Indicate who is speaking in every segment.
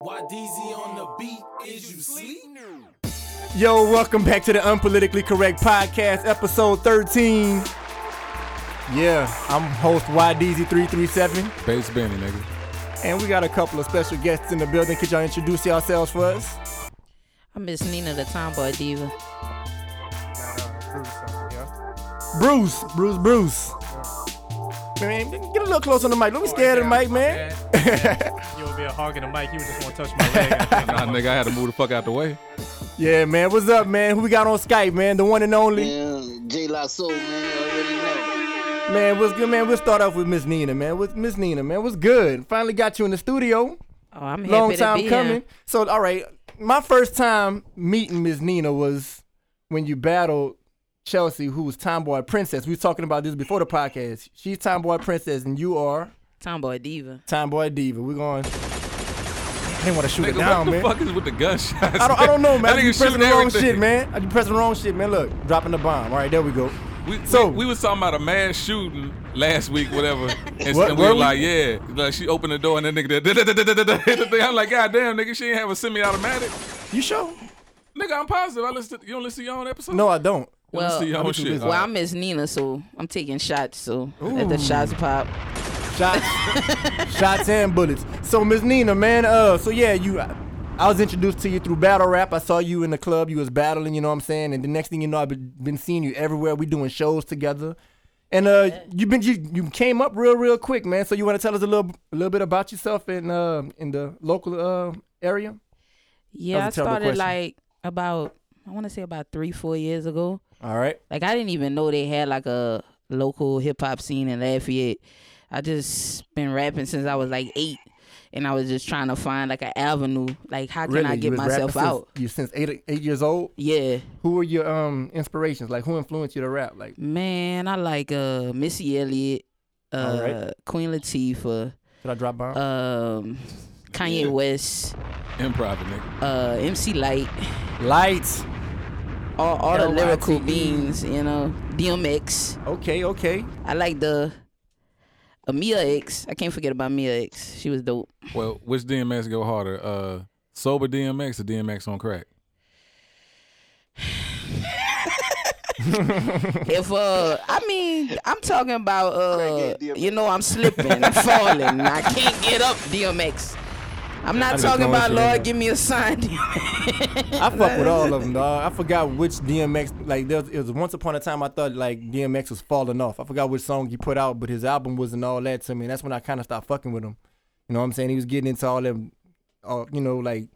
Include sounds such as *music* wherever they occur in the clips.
Speaker 1: YDZ on the beat, is you sleep?
Speaker 2: Yo, welcome back to the Unpolitically Correct Podcast, episode 13. Yeah, I'm host YDZ337,
Speaker 3: Bass Benny, nigga.
Speaker 2: and we got a couple of special guests in the building. Could y'all introduce yourselves for us?
Speaker 4: I miss Nina the Tomboy Diva.
Speaker 2: Bruce, Bruce, Bruce. Man, get a little closer to the mic. Don't be scared of the mic, man.
Speaker 5: You would be a hog in the mic. You would just want to touch my leg. I *laughs* think.
Speaker 3: Nah, nigga, I had to move the fuck out the way.
Speaker 2: Yeah, man. What's up, man? Who we got on Skype, man? The one and only.
Speaker 6: Man, J La Soul, man, you already know.
Speaker 2: Man, what's good, man? We'll start off with Miss Nina, man. With Miss Nina, man. What's good? Finally got you in the studio.
Speaker 4: Oh, I'm happy
Speaker 2: long
Speaker 4: to
Speaker 2: time
Speaker 4: be
Speaker 2: coming.
Speaker 4: Here.
Speaker 2: So, all right, my first time meeting Ms. Nina was when you battled Chelsea, who was Tomboy Princess. We were talking about this before the podcast. She's Tomboy Princess, and you are
Speaker 4: Tomboy Diva.
Speaker 2: Tomboy Diva. We're going. I didn't want to shoot
Speaker 3: Nigga,
Speaker 2: it down,
Speaker 3: what
Speaker 2: man.
Speaker 3: the fuck is with the gunshots?
Speaker 2: I don't, I don't know, man.
Speaker 3: That
Speaker 2: I be
Speaker 3: nigga
Speaker 2: pressing
Speaker 3: shooting
Speaker 2: the wrong
Speaker 3: everything.
Speaker 2: shit, man. I be pressing the wrong shit, man. Look, dropping the bomb. All right, there we go.
Speaker 3: We,
Speaker 2: So-
Speaker 3: so we, was talking about a mass shooting last week, whatever.
Speaker 2: *laughs*
Speaker 3: And,
Speaker 2: What-
Speaker 3: and we
Speaker 2: were
Speaker 3: were
Speaker 2: we?
Speaker 3: like, yeah. Like she opened the door and that nigga did *laughs* da-da-da-da-da-da, hit the thing. I'm like, God damn, nigga, she ain't have a semi-automatic.
Speaker 2: You sure?
Speaker 3: Nigga, I'm positive. I listen. To, you don't listen to your own episode.
Speaker 2: No, I don't.
Speaker 3: listen
Speaker 4: Well,
Speaker 3: to your
Speaker 2: I'm
Speaker 3: own
Speaker 2: too
Speaker 3: shit.
Speaker 2: busy.
Speaker 4: well, I miss Nina, so I'm taking shots. So let the shots pop.
Speaker 2: Shots, shots and bullets. So Miss Nina, man, uh, so yeah, you, I, I was introduced to you through battle rap. I saw you in the club. You was battling, you know what I'm saying. And the next thing you know, I've been, been seeing you everywhere. We doing shows together, and uh, you been you you came up real real quick, man. So you want to tell us a little a little bit about yourself in uh in the local uh area?
Speaker 4: Yeah, I
Speaker 2: That was a terrible
Speaker 4: started
Speaker 2: question.
Speaker 4: like about I want to say about three, four years ago.
Speaker 2: All right,
Speaker 4: Like I didn't even know they had like a local hip hop scene in Lafayette. I just been rapping since I was like eight, and I was just trying to find like an avenue. Like how can I
Speaker 2: you
Speaker 4: get
Speaker 2: was rapping
Speaker 4: myself
Speaker 2: since-
Speaker 4: out?
Speaker 2: You since eight eight years old.
Speaker 4: Yeah.
Speaker 2: Who were your um inspirations? Like who influenced you to rap? Like
Speaker 4: Man, I like uh Missy Elliott,
Speaker 2: All
Speaker 4: uh
Speaker 2: right.
Speaker 4: Queen Latifah,
Speaker 2: should I drop bomb?
Speaker 4: um Kanye
Speaker 3: Yeah.
Speaker 4: West,
Speaker 3: Improv, nigga.
Speaker 4: uh MC Light,
Speaker 2: Lights.
Speaker 4: all, all the
Speaker 2: L-Y-T-E.
Speaker 4: lyrical beings, you know, DMX.
Speaker 2: Okay, okay.
Speaker 4: I like the uh, Mia X. I can't forget about Mia X. She was
Speaker 2: *laughs*
Speaker 4: dope.
Speaker 3: Well, which DMX go harder? Uh, sober DMX or DMX on crack?
Speaker 4: If uh I mean I'm talking about uh
Speaker 6: Crackhead DMX.
Speaker 4: you know I'm slipping, I'm falling, I can't get up DMX. I'm not
Speaker 2: just
Speaker 4: talking
Speaker 2: know what
Speaker 4: about
Speaker 2: you
Speaker 4: Lord
Speaker 2: mean.
Speaker 4: give me a sign
Speaker 2: I fuck with all of them, dog. I forgot which DMX. Like there was, it was once upon a time I thought like DMX was falling off. I forgot which song he put out, but his album wasn't all that to me. And that's when I kind of stopped fucking with him. You know what I'm saying? He was getting into all them, all, you know, like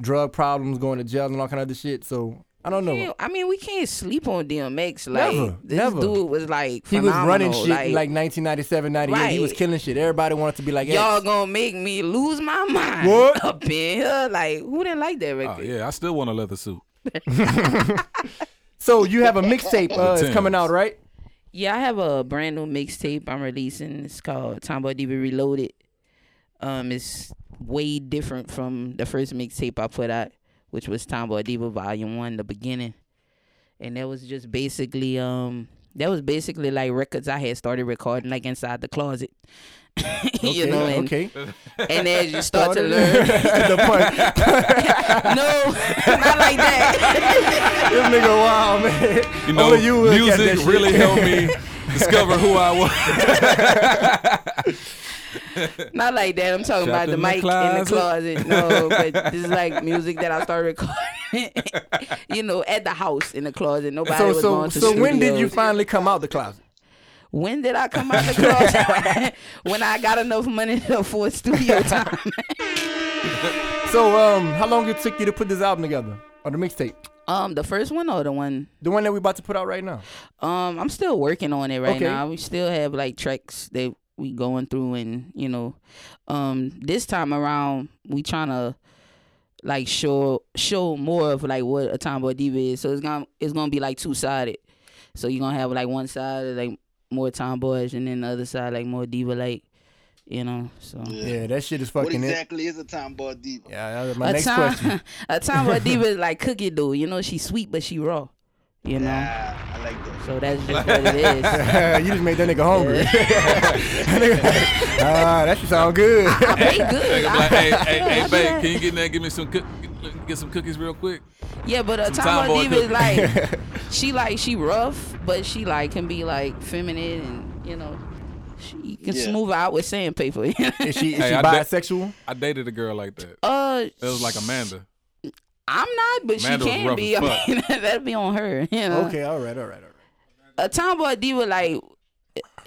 Speaker 2: drug problems, going to jail, and all kind of other shit. So I don't know.
Speaker 4: Yeah, I mean, we can't sleep on DMX. Like
Speaker 2: Never,
Speaker 4: this
Speaker 2: never.
Speaker 4: dude was like
Speaker 2: He was
Speaker 4: phenomenal.
Speaker 2: running shit
Speaker 4: Like,
Speaker 2: in like 1997, 98. He was
Speaker 4: Right.
Speaker 2: killing shit. Everybody wanted to be like,
Speaker 4: y'all
Speaker 2: X.
Speaker 4: gonna make me lose my *laughs* mind
Speaker 2: What?
Speaker 4: up in here. Like who didn't like that record?
Speaker 3: Oh yeah, I still want a leather suit.
Speaker 2: So you have a mixtape uh, it's
Speaker 3: Thames.
Speaker 2: coming out, right?
Speaker 4: Yeah, I have a brand new mixtape I'm releasing. It's called Tomboy Diva Reloaded. Um, it's way different from the first mixtape I put out, which was Tomboy Diva Volume One, the beginning. And that was just basically um that was basically like records I had started recording like inside the closet. *laughs* you know, and,
Speaker 2: okay.
Speaker 4: and
Speaker 2: *laughs*
Speaker 4: as you start to learn *laughs*
Speaker 2: the point.
Speaker 4: No, *laughs* not
Speaker 2: *laughs*
Speaker 4: like that.
Speaker 2: This nigga wild, man.
Speaker 3: You know,
Speaker 2: Only you would get that
Speaker 3: music
Speaker 2: shit. *laughs*
Speaker 3: really helped me discover who I was.
Speaker 4: not like that. I'm talking about
Speaker 3: Trapped
Speaker 4: the
Speaker 3: in the
Speaker 4: mic in the
Speaker 3: closet.
Speaker 2: *laughs*
Speaker 4: closet. No, but this is like music that I started recording. *laughs* you know, at the house in the closet. Nobody
Speaker 2: So
Speaker 4: was
Speaker 2: so
Speaker 4: going to
Speaker 2: so when did you
Speaker 4: studios.
Speaker 2: finally come out the closet?
Speaker 4: When did I come out the closet? *laughs* when I got enough money to
Speaker 2: *laughs*
Speaker 4: afford studio time.
Speaker 2: So um, how long it took you to put this album together or the mixtape,
Speaker 4: um, the first one or the one.
Speaker 2: the one that we about to put out right now?
Speaker 4: Um, I'm still working on it right
Speaker 2: Okay.
Speaker 4: now. We still have like tracks that we going through, and you know, um, this time around we trying to like show show more of like what a tomboy diva is. So it's gonna it's gonna be like two sided. So you're gonna have like one side of, like more tomboyish, and then the other side like more diva like, you know. So
Speaker 2: Yeah, that shit is
Speaker 6: What
Speaker 2: fucking it.
Speaker 6: exactly is a tomboy diva?
Speaker 2: Yeah, that was my
Speaker 4: *laughs* a
Speaker 2: next
Speaker 4: tom-
Speaker 2: question. *laughs*
Speaker 4: a tomboy diva is like cookie dough. You know, she's sweet but she raw. You know.
Speaker 6: Ah, I out like that.
Speaker 4: So
Speaker 2: *laughs*
Speaker 4: that's just what it is.
Speaker 2: you just made that nigga hungry. *laughs* Ah, that should sound good. *laughs*
Speaker 4: They good.
Speaker 3: Nigga be
Speaker 4: *laughs*
Speaker 3: like, hey, hey,
Speaker 4: Yeah,
Speaker 3: hey,
Speaker 4: I be
Speaker 3: babe,
Speaker 4: like-
Speaker 3: can you get in there? and Give me some cook, get some cookies real quick.
Speaker 4: Yeah, but uh,
Speaker 3: Some
Speaker 4: Tama
Speaker 3: tomboy
Speaker 4: Diva is
Speaker 2: *laughs*
Speaker 3: cook.
Speaker 4: like, she like she rough, but she like can be like feminine and you know, she can
Speaker 6: Yeah.
Speaker 4: smooth out with sandpaper.
Speaker 2: Is she, is
Speaker 3: Hey,
Speaker 2: she
Speaker 3: I bet-
Speaker 2: bisexual?
Speaker 3: I dated a girl like that.
Speaker 4: *laughs* uh,
Speaker 3: It was like Amanda.
Speaker 4: I'm not, but
Speaker 3: Amanda
Speaker 4: she
Speaker 3: was
Speaker 4: can
Speaker 3: rough
Speaker 4: be. I
Speaker 3: as fuck.
Speaker 4: mean, *laughs* that'd be on her. You know?
Speaker 2: Okay, all right, all right, all right.
Speaker 4: a tomboy diva like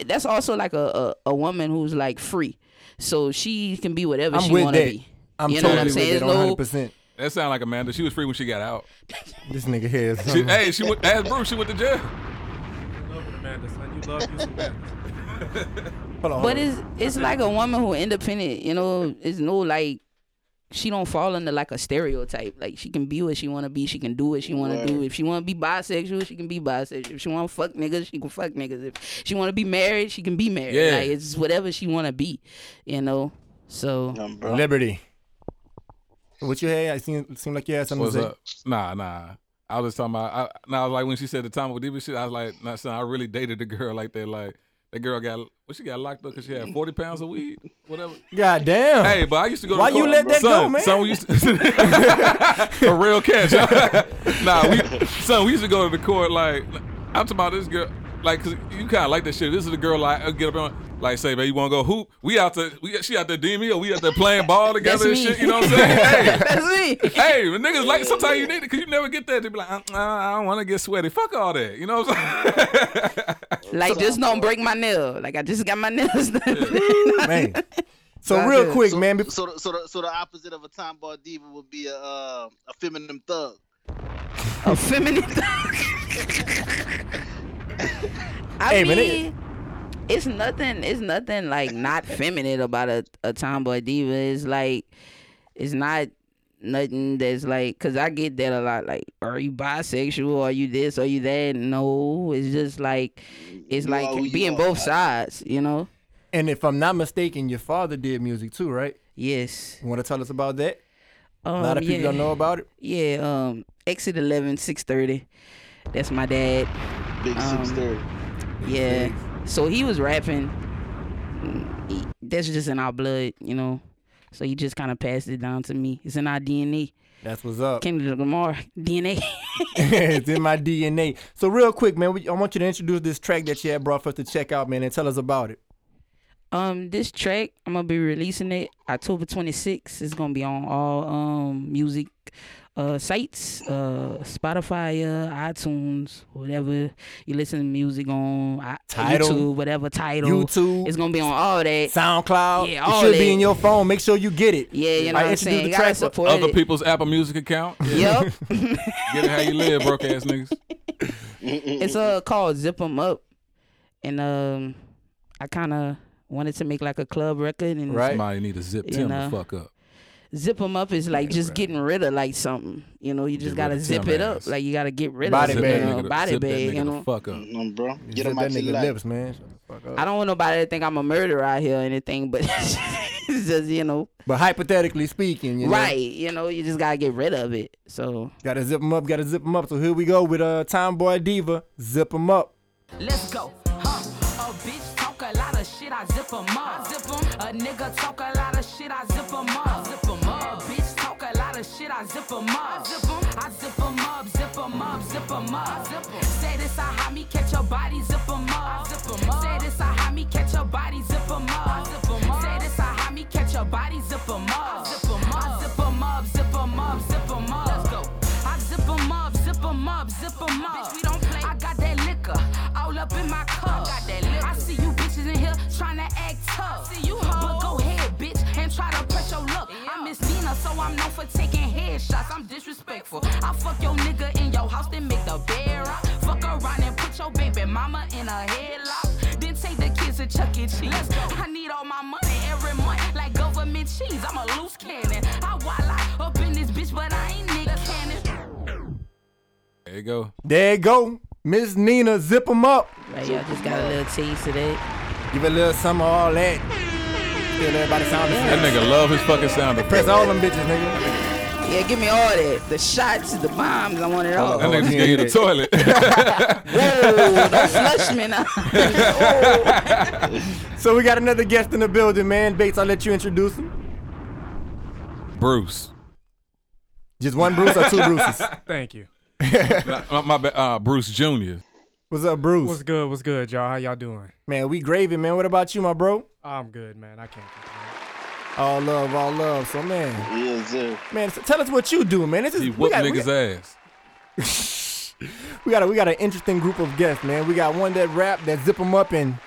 Speaker 4: that's also like a, a, a woman who's like free, so she can be whatever
Speaker 2: I'm
Speaker 4: she
Speaker 2: with
Speaker 4: want to
Speaker 2: that.
Speaker 4: be.
Speaker 2: I'm
Speaker 4: You know
Speaker 2: totally
Speaker 4: what I'm
Speaker 2: with
Speaker 4: saying? It's
Speaker 2: that
Speaker 4: no-
Speaker 2: 100. percent
Speaker 3: That sounded like Amanda. She was free when she got out.
Speaker 2: This nigga here is.
Speaker 3: She, hey, she went, asked Bruce. She went to jail.
Speaker 5: Love it, Amanda, son. You love you some Amanda.
Speaker 2: Hold on, hold
Speaker 4: But
Speaker 2: on.
Speaker 4: it's it's like a woman who independent. You know, it's no like she don't fall under like a stereotype. Like she can be what she want to be. She can do what she want to do. If she want to be bisexual, she can be bisexual. If she want to fuck niggas, she can fuck niggas. If she want to be married, she can be married.
Speaker 3: Yeah.
Speaker 4: Like it's whatever she want to be. You know. So
Speaker 6: Um, bro.
Speaker 2: Liberty. What you had? I seem seem like you had something
Speaker 3: What's
Speaker 2: to say.
Speaker 3: up? Nah, nah. I was just talking about. I, nah, I was like when she said the time with Diva shit. I was like, nah, son, I really dated a girl like that. Like that girl got what she got locked up because she had forty pounds of weed, whatever.
Speaker 2: God damn.
Speaker 3: Hey, but I used to go.
Speaker 2: Why
Speaker 3: to
Speaker 2: you let that
Speaker 3: son,
Speaker 2: go, man?
Speaker 3: Son, we used *laughs* to, a real catch. *laughs* nah, we, son, we used to go to the court. Like I'm talking about this girl. Like, 'cause you kind of like that shit. This is the girl. Like, I get up on. Like, say, baby, you want to go hoop? We out there. We, she out there DMing, or we out there playing ball together and
Speaker 4: me.
Speaker 3: shit. You know what I'm
Speaker 2: *laughs*
Speaker 3: saying? Hey,
Speaker 4: *laughs* that's me.
Speaker 3: *laughs* hey, when niggas like sometimes you need it because you never get that. They be like, uh, uh, I don't want to get sweaty. Fuck all that. You know what I'm saying?
Speaker 4: Like just don't break my nail. Like I just got my nails done.
Speaker 2: *laughs* man. So
Speaker 4: Sound
Speaker 2: real
Speaker 4: good.
Speaker 2: quick,
Speaker 6: So,
Speaker 2: man. bef-
Speaker 6: so, the, so, the, so the opposite of a tomboy diva would be a uh, a feminine thug.
Speaker 4: a
Speaker 6: *laughs*
Speaker 4: feminine *laughs* I
Speaker 2: Hey, man,
Speaker 4: mean, it's nothing. It's nothing like not feminine about a, a tomboy diva. It's like it's not nothing that's like because I get that a lot. Like, are you bisexual? Are you this? Are you that? No, it's just like it's
Speaker 6: You are who
Speaker 4: like
Speaker 6: you
Speaker 4: being
Speaker 6: are.
Speaker 4: both sides. You know?
Speaker 2: And if I'm not mistaken, your father did music too, right?
Speaker 4: Yes.
Speaker 2: You want to tell us about that?
Speaker 4: Um,
Speaker 2: A lot of people
Speaker 4: yeah.
Speaker 2: don't know about it.
Speaker 4: Yeah. Um. Exit 11, 630. That's my dad.
Speaker 6: Big
Speaker 4: Um,
Speaker 6: six thirty.
Speaker 4: Yeah. So he was rapping. He- That's just in our blood, you know. So he just kind of passed it down to me. It's in our DNA.
Speaker 2: That's what's up.
Speaker 4: Kendrick Lamar *laughs* DNA.
Speaker 2: *laughs* it's in my DNA. So real quick, man, we, I want you to introduce this track that you had brought for us to check out, man, and tell us about it.
Speaker 4: um, this track I'm gonna be releasing it October 26th. It's gonna be on all um music uh sites, uh Spotify, uh, iTunes, whatever you listen to music on, I-
Speaker 2: Tidal.
Speaker 4: YouTube, whatever title.
Speaker 2: YouTube.
Speaker 4: It's gonna be on all that.
Speaker 2: SoundCloud.
Speaker 4: Yeah,
Speaker 2: it
Speaker 4: all
Speaker 2: should
Speaker 4: that.
Speaker 2: be in your phone. Make sure you get it.
Speaker 4: yeah, you know
Speaker 2: I
Speaker 4: what I'm
Speaker 2: introduced
Speaker 4: saying.
Speaker 2: the
Speaker 4: You gotta
Speaker 2: track for
Speaker 4: support
Speaker 3: Other
Speaker 4: it.
Speaker 3: people's Apple Music account.
Speaker 4: Yep.
Speaker 2: *laughs*
Speaker 3: Get it how you live, broke ass niggas.
Speaker 4: it's uh called Zip 'em Up, and um, I kind of wanted to make like a club record and
Speaker 2: Right.
Speaker 3: Somebody need to zip
Speaker 4: You
Speaker 3: Tim
Speaker 4: know.
Speaker 3: the fuck up.
Speaker 4: Zip 'em Up is like just getting rid of like something. You know, you just
Speaker 3: Get
Speaker 4: gotta
Speaker 3: rid of
Speaker 4: zip
Speaker 3: them
Speaker 4: it up.
Speaker 3: ass.
Speaker 4: Like you gotta get rid
Speaker 2: Body
Speaker 4: of
Speaker 3: Zip
Speaker 4: it,
Speaker 2: bag.
Speaker 4: you know,
Speaker 3: to-
Speaker 4: body
Speaker 3: zip that
Speaker 4: bag. You
Speaker 3: nigga to
Speaker 4: know,
Speaker 3: fuck up.
Speaker 6: Um, bro, get
Speaker 2: Zip
Speaker 6: him
Speaker 2: that
Speaker 6: out
Speaker 2: nigga
Speaker 6: your life.
Speaker 2: lips, man. Shut the fuck up.
Speaker 4: I don't want nobody to think I'm a murderer out here or anything, but *laughs* it's just you know,
Speaker 2: But hypothetically speaking, you know,
Speaker 4: right? You know, you just gotta get rid of it. So
Speaker 2: Gotta zip them up, gotta zip them up. So here we go with uh Tomboy Diva, zip them up.
Speaker 7: Let's go. Huh. A bitch talk a lot of shit, I zip 'em up. zip A nigga talk a lot of shit, I zip 'em up. zip 'em up. A bitch talk a lot of shit, I zip 'em up. zip I zip 'em up, zip 'em up, zip 'em up. zip Say this, I hide me, catch your body, zip 'em up. zip up. Say this, I hide me, catch your body, zip 'em up. zip up. Say this, I hide me, catch your body, zip 'em up. zip 'em up. zip 'em up, zip 'em up, zip 'em up. Let's go. I zip 'em up, zip 'em up, zip 'em up. Bitch, we don't play. I got that liquor all up in my cup. I got that liquor. I see you bitches in here trying to act tough. See you But go ahead, bitch, and try to press your luck. I miss Nina, so I'm known for taking headshots. I'm disrespectful. I fuck your nigga in your house, then make the bed rock. Fuck around and put your baby mama in a headlock. Then take the kids to Chuck E. Cheese. I need all my money every month, like government cheese. I'm a loose cannon. I wild out up in this bitch, but I ain't Nick Cannon.
Speaker 3: There you go.
Speaker 2: There you go. Miss Nina, zip them up.
Speaker 4: right, y'all just got a little taste of that.
Speaker 2: Give it a little some of all that. Feel everybody sound the
Speaker 3: That
Speaker 2: same.
Speaker 3: nigga love his fucking sound
Speaker 2: Press
Speaker 3: effect.
Speaker 2: all them bitches, nigga.
Speaker 4: Yeah, give me all that. The shots, the bombs, I want it all. Oh,
Speaker 3: That
Speaker 2: Oh,
Speaker 3: nigga just
Speaker 2: yeah,
Speaker 3: gave you the
Speaker 2: yeah.
Speaker 3: toilet. *laughs*
Speaker 4: Whoa, don't flush me now. *laughs* oh.
Speaker 2: So we got another guest in the building, man. Bates, I'll let you introduce him.
Speaker 3: Bruce.
Speaker 2: Just one Bruce or two Bruces? *laughs*
Speaker 5: Thank you.
Speaker 3: My, my ba- uh, Bruce Jr.
Speaker 2: What's up, Bruce?
Speaker 5: What's good? What's good, y'all? How y'all doing?
Speaker 2: man, we gravy, man. What about you, my bro?
Speaker 5: I'm good, man. I can't complain.
Speaker 2: All love, all love. So, man,
Speaker 6: Yeah, sir.
Speaker 2: man, so tell us what you do, man. This is
Speaker 3: He
Speaker 2: we
Speaker 3: whooped
Speaker 2: got, we
Speaker 3: niggas'
Speaker 2: got-
Speaker 3: ass. *laughs*
Speaker 2: we got a, we got an interesting group of guests, man. We got one that rap that zip them up, and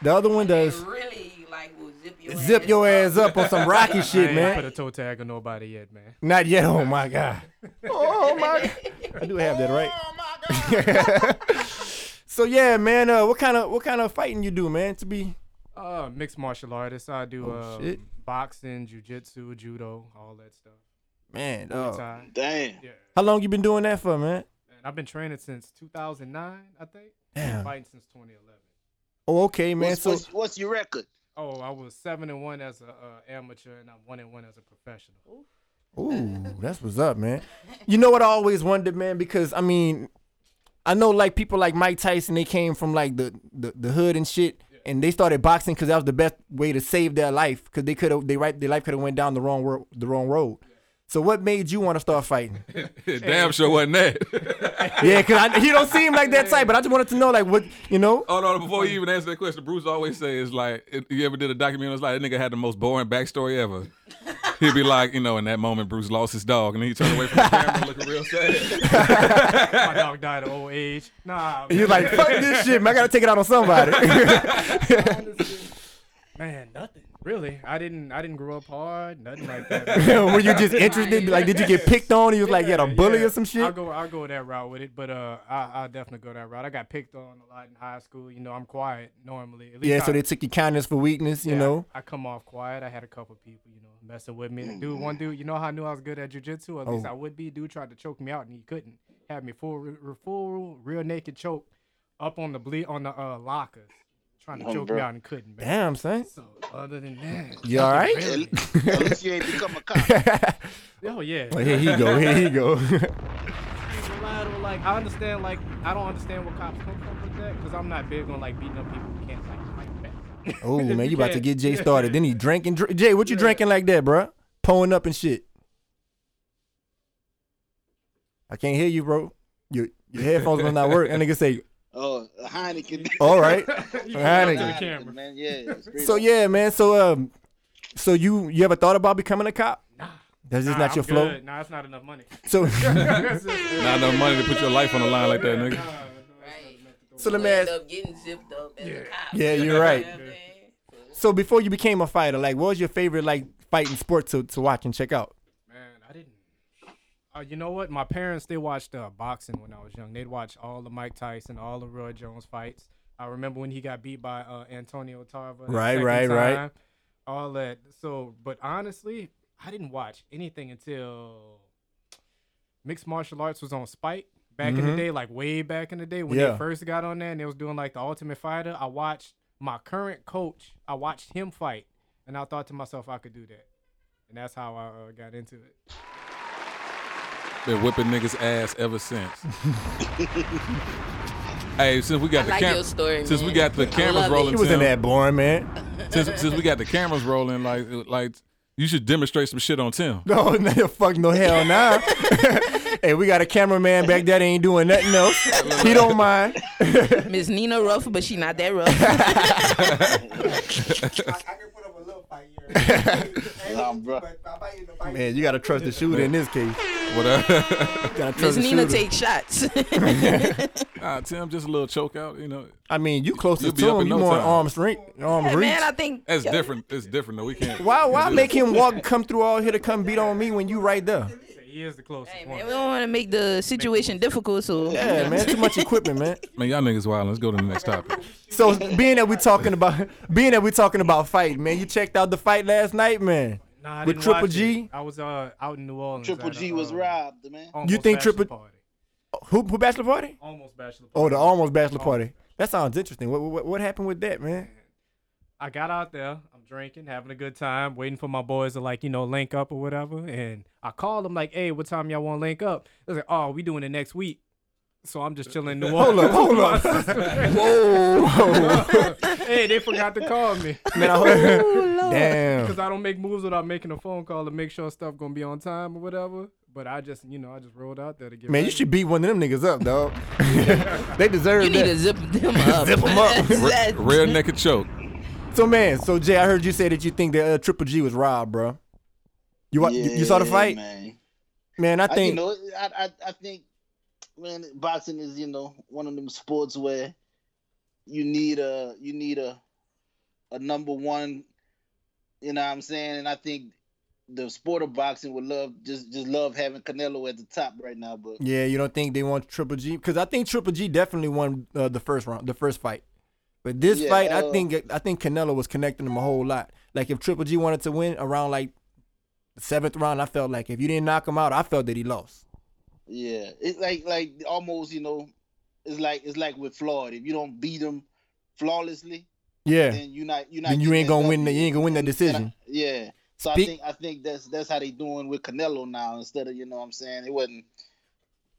Speaker 2: the other one does
Speaker 4: really like will zip your
Speaker 2: zip your ass up on some rocky
Speaker 5: I
Speaker 2: shit,
Speaker 5: ain't put a
Speaker 2: man.
Speaker 5: toe tag on nobody yet, man.
Speaker 2: Not yet. Oh my god. Oh my. *laughs* I do have that right. *laughs* so yeah, man. Uh, what kind of what kind of fighting you do, man? To be
Speaker 5: Uh, mixed martial artist. I do
Speaker 2: Oh,
Speaker 5: um,
Speaker 2: shit.
Speaker 5: boxing, jujitsu, judo, all that stuff.
Speaker 2: man. Uh,
Speaker 5: Thai.
Speaker 6: Damn.
Speaker 5: Yeah.
Speaker 2: how long you been doing that for, man?
Speaker 5: And I've been training since 2009, I think.
Speaker 2: Damn.
Speaker 5: Fighting since 2011.
Speaker 2: Oh, okay, man.
Speaker 6: what's,
Speaker 2: so
Speaker 6: what's, what's your record?
Speaker 5: Oh, I was seven and one as a uh, amateur, and I'm one and one as a *laughs* professional.
Speaker 2: Ooh, that's what's up, man. You know what I always wondered, man, because I mean, I know like people like Mike Tyson, they came from like the the, the hood and shit, and they started boxing because that was the best way to save their life, because they could have they right their life could have went down the wrong road the wrong road. So what made you want to start fighting?
Speaker 3: Damn sure wasn't that. *laughs*
Speaker 2: yeah, because he don't seem like that type, but I just wanted to know like what you know.
Speaker 3: Oh no! Before you even answer that question, Bruce always says like, if you ever did a documentary? It's like that nigga had the most boring backstory ever.
Speaker 2: *laughs*
Speaker 3: He'd be like, you know, in that moment, Bruce lost his dog, and then he turned away from the camera, looking real sad. *laughs*
Speaker 5: My dog died of old age. Nah,
Speaker 2: And You're like fuck this shit, man. I gotta take it out on somebody. *laughs*
Speaker 5: man, nothing. Really, I didn't. I didn't grow up hard. Nothing
Speaker 2: *laughs*
Speaker 5: like that.
Speaker 2: Were you just interested? Like, did you get picked on? He was like, yeah, a bully
Speaker 5: yeah.
Speaker 2: or some shit.
Speaker 5: I'll go, I'll go that route with it, but uh, I, I'll definitely go that route. I got picked on a lot in high school. You know, I'm quiet normally. At least
Speaker 2: yeah,
Speaker 5: I,
Speaker 2: so they took your kindness for weakness, you
Speaker 5: yeah,
Speaker 2: know.
Speaker 5: I come off quiet. I had a couple people, you know, messing with me. And dude, one dude, you know how I knew I was good at jujitsu? Or at least
Speaker 2: Oh.
Speaker 5: I would be. Dude tried to choke me out and he couldn't. Had me full, re- re- full real naked choke up on the ble- on the uh, lockers, trying to
Speaker 6: Oh,
Speaker 5: choke
Speaker 6: bro.
Speaker 5: me out and couldn't. Man.
Speaker 2: Damn, son.
Speaker 5: So other than that,
Speaker 2: You all right?
Speaker 6: At, at least you ain't become
Speaker 2: *laughs*
Speaker 6: a cop.
Speaker 5: oh yeah.
Speaker 2: Well, here he go. Here he go.
Speaker 5: reliable. Like I understand, like I don't understand where cops come from with that, because I'm not big on like beating up people who can't like fight back.
Speaker 2: *laughs* oh
Speaker 5: If
Speaker 2: man, you
Speaker 5: *laughs* you
Speaker 2: about to
Speaker 5: can't-
Speaker 2: get Jay started. *laughs* Then he drinking. Dr- Jay, what you drinking like that, bruh? Pulling up and shit. I can't hear you, bro. Your your headphones will not work. And nigga say,
Speaker 6: Oh, a Heineken.
Speaker 2: all right. *laughs*
Speaker 5: You
Speaker 2: All right.
Speaker 5: can look to the
Speaker 6: *laughs* Heineken,
Speaker 5: camera.
Speaker 6: Man, yeah. it's pretty
Speaker 2: So
Speaker 6: dope.
Speaker 2: yeah, man. So um, so you you ever thought about becoming a cop? That's just
Speaker 5: Nah,
Speaker 2: not your
Speaker 5: I'm
Speaker 2: flow.
Speaker 5: good. Nah, it's not
Speaker 2: *laughs*
Speaker 5: enough money.
Speaker 2: So
Speaker 5: That's it.
Speaker 3: Not enough money to put your life on the line like that, nigga.
Speaker 2: so let me ask.
Speaker 4: up getting zipped up as a cop.
Speaker 2: Yeah, you're right. So before you became a fighter, like, what was your favorite like fighting sport to to watch and check out?
Speaker 5: Man, I didn't. Uh, you know what? My parents they watched uh, boxing when I was young. They'd watch all the Mike Tyson, all the Roy Jones fights. I remember when he got beat by uh, Antonio Tarver. the
Speaker 2: Right,
Speaker 5: second
Speaker 2: right, right.
Speaker 5: time, All that. So, but honestly, I didn't watch anything until mixed martial arts was on Spike back in the day, like way back in the day when
Speaker 2: Mm-hmm. Yeah.
Speaker 5: they first got on there and they was doing like the Ultimate Fighter. I watched my current coach. I watched him fight, and I thought to myself, I could do that, and that's how I uh, got into it.
Speaker 3: Been whipping niggas' ass
Speaker 4: *laughs*
Speaker 3: ever since. hey, since we got the
Speaker 4: like
Speaker 3: cam-
Speaker 4: your story,
Speaker 3: since we
Speaker 4: man.
Speaker 3: got the
Speaker 4: I
Speaker 3: cameras
Speaker 4: love it.
Speaker 3: rolling,
Speaker 2: He was in
Speaker 3: Tim,
Speaker 2: that boring man.
Speaker 3: Since, since we got the cameras rolling, like like you should demonstrate some shit on Tim.
Speaker 2: *laughs* Oh, No, no, fuck no, hell nah. *laughs* hey, we got a cameraman back there that ain't doing nothing else. He don't mind.
Speaker 4: Miss Nina rough, but she not
Speaker 2: *laughs*
Speaker 4: that rough.
Speaker 6: Nah, bro.
Speaker 2: Man, you gotta trust the shooter in this case.
Speaker 3: Whatever.
Speaker 2: Gotta trust
Speaker 4: Miss
Speaker 2: the
Speaker 4: Nina
Speaker 2: shooter.
Speaker 4: take shots.
Speaker 3: *laughs*
Speaker 4: *laughs*
Speaker 3: Nah, Tim, just a little choke out, you know.
Speaker 2: I mean, you
Speaker 3: You'll
Speaker 2: closest
Speaker 3: be
Speaker 2: to
Speaker 3: up
Speaker 2: him,
Speaker 3: in
Speaker 2: you
Speaker 3: no
Speaker 2: more
Speaker 3: time.
Speaker 2: arm's reach. Arm's reach.
Speaker 4: man, I think
Speaker 3: That's
Speaker 4: yo,
Speaker 3: different. It's different though. We can't.
Speaker 2: Why? Why
Speaker 3: it is.
Speaker 2: make him walk, come through all here to come beat on me when you right there?
Speaker 5: He is the closest
Speaker 4: Hey,
Speaker 5: one.
Speaker 4: man, we don't want to make the situation difficult, so
Speaker 2: Yeah, man, too much equipment, man.
Speaker 3: Man, y'all niggas wild. Let's go to the next
Speaker 2: *laughs*
Speaker 3: topic.
Speaker 2: So being that we talking about, being that we talking about fight, man, you checked out the fight last night, man.
Speaker 5: Nah, I
Speaker 2: With
Speaker 5: didn't
Speaker 2: Triple
Speaker 5: watch it.
Speaker 2: G?
Speaker 5: I was uh, out in New Orleans.
Speaker 6: Triple
Speaker 5: at a,
Speaker 6: G was
Speaker 5: uh,
Speaker 6: robbed, man.
Speaker 5: almost
Speaker 2: You think
Speaker 5: bachelor
Speaker 2: Triple-
Speaker 5: party.
Speaker 2: Who, who bachelor party?
Speaker 5: Almost bachelor party.
Speaker 2: Oh, the almost bachelor party. That sounds interesting. What what, what happened with that, man?
Speaker 5: I got out there. I'm drinking, having a good time, waiting for my boys to like, you know, link up or whatever. And I called them like, hey, what time y'all want to link up? They're like, oh, we doing it next week. So I'm just chilling in New Orleans.
Speaker 2: *laughs* Hold up,
Speaker 5: with my
Speaker 2: hold
Speaker 5: sister.
Speaker 2: up. Whoa, whoa.
Speaker 5: *laughs* hey, they forgot to call me
Speaker 2: Man, I hope, damn.
Speaker 5: because I don't make moves without making a phone call to make sure stuff gonna be on time or whatever. But I just, you know, I just rolled out there to get.
Speaker 2: Man, you
Speaker 5: ready.
Speaker 2: should beat one of them niggas up, dog. *laughs* they deserve
Speaker 4: You need
Speaker 2: that.
Speaker 4: to zip
Speaker 2: *laughs*
Speaker 4: them up.
Speaker 2: Zip 'em up.
Speaker 4: That-
Speaker 3: Real naked choke.
Speaker 2: So man, so Jay, I heard you say that you think that uh, Triple G was robbed, bro. You wa- you, you saw the
Speaker 6: Yeah,
Speaker 2: fight, man.
Speaker 6: man.
Speaker 2: I
Speaker 6: I,
Speaker 2: think
Speaker 6: you know, I, I I think man, boxing is you know one of them sports where you need a you need a a number one. You know what I'm saying, and I think the sport of boxing would love just just love having Canelo at the top right now. But
Speaker 2: yeah, you don't think they want Triple G because I think Triple G definitely won uh, the first round, the first fight. But this
Speaker 6: Yeah,
Speaker 2: fight, I
Speaker 6: uh,
Speaker 2: think I think Canelo was connecting him a whole lot. Like if Triple G wanted to win around like the seventh round, I felt like if you didn't knock him out, I felt that he lost.
Speaker 6: yeah, it's like like almost you know, it's like it's like with Floyd. If you don't beat him flawlessly,
Speaker 2: Yeah,
Speaker 6: then you not you not.
Speaker 2: then you
Speaker 6: getting
Speaker 2: ain't
Speaker 6: that
Speaker 2: gonna win. The,
Speaker 6: W.
Speaker 2: you ain't gonna win that
Speaker 6: And I-
Speaker 2: decision.
Speaker 6: yeah. So
Speaker 2: Speak-
Speaker 6: I think I think that's that's how they doing with Canelo now instead of you know what I'm saying it wasn't.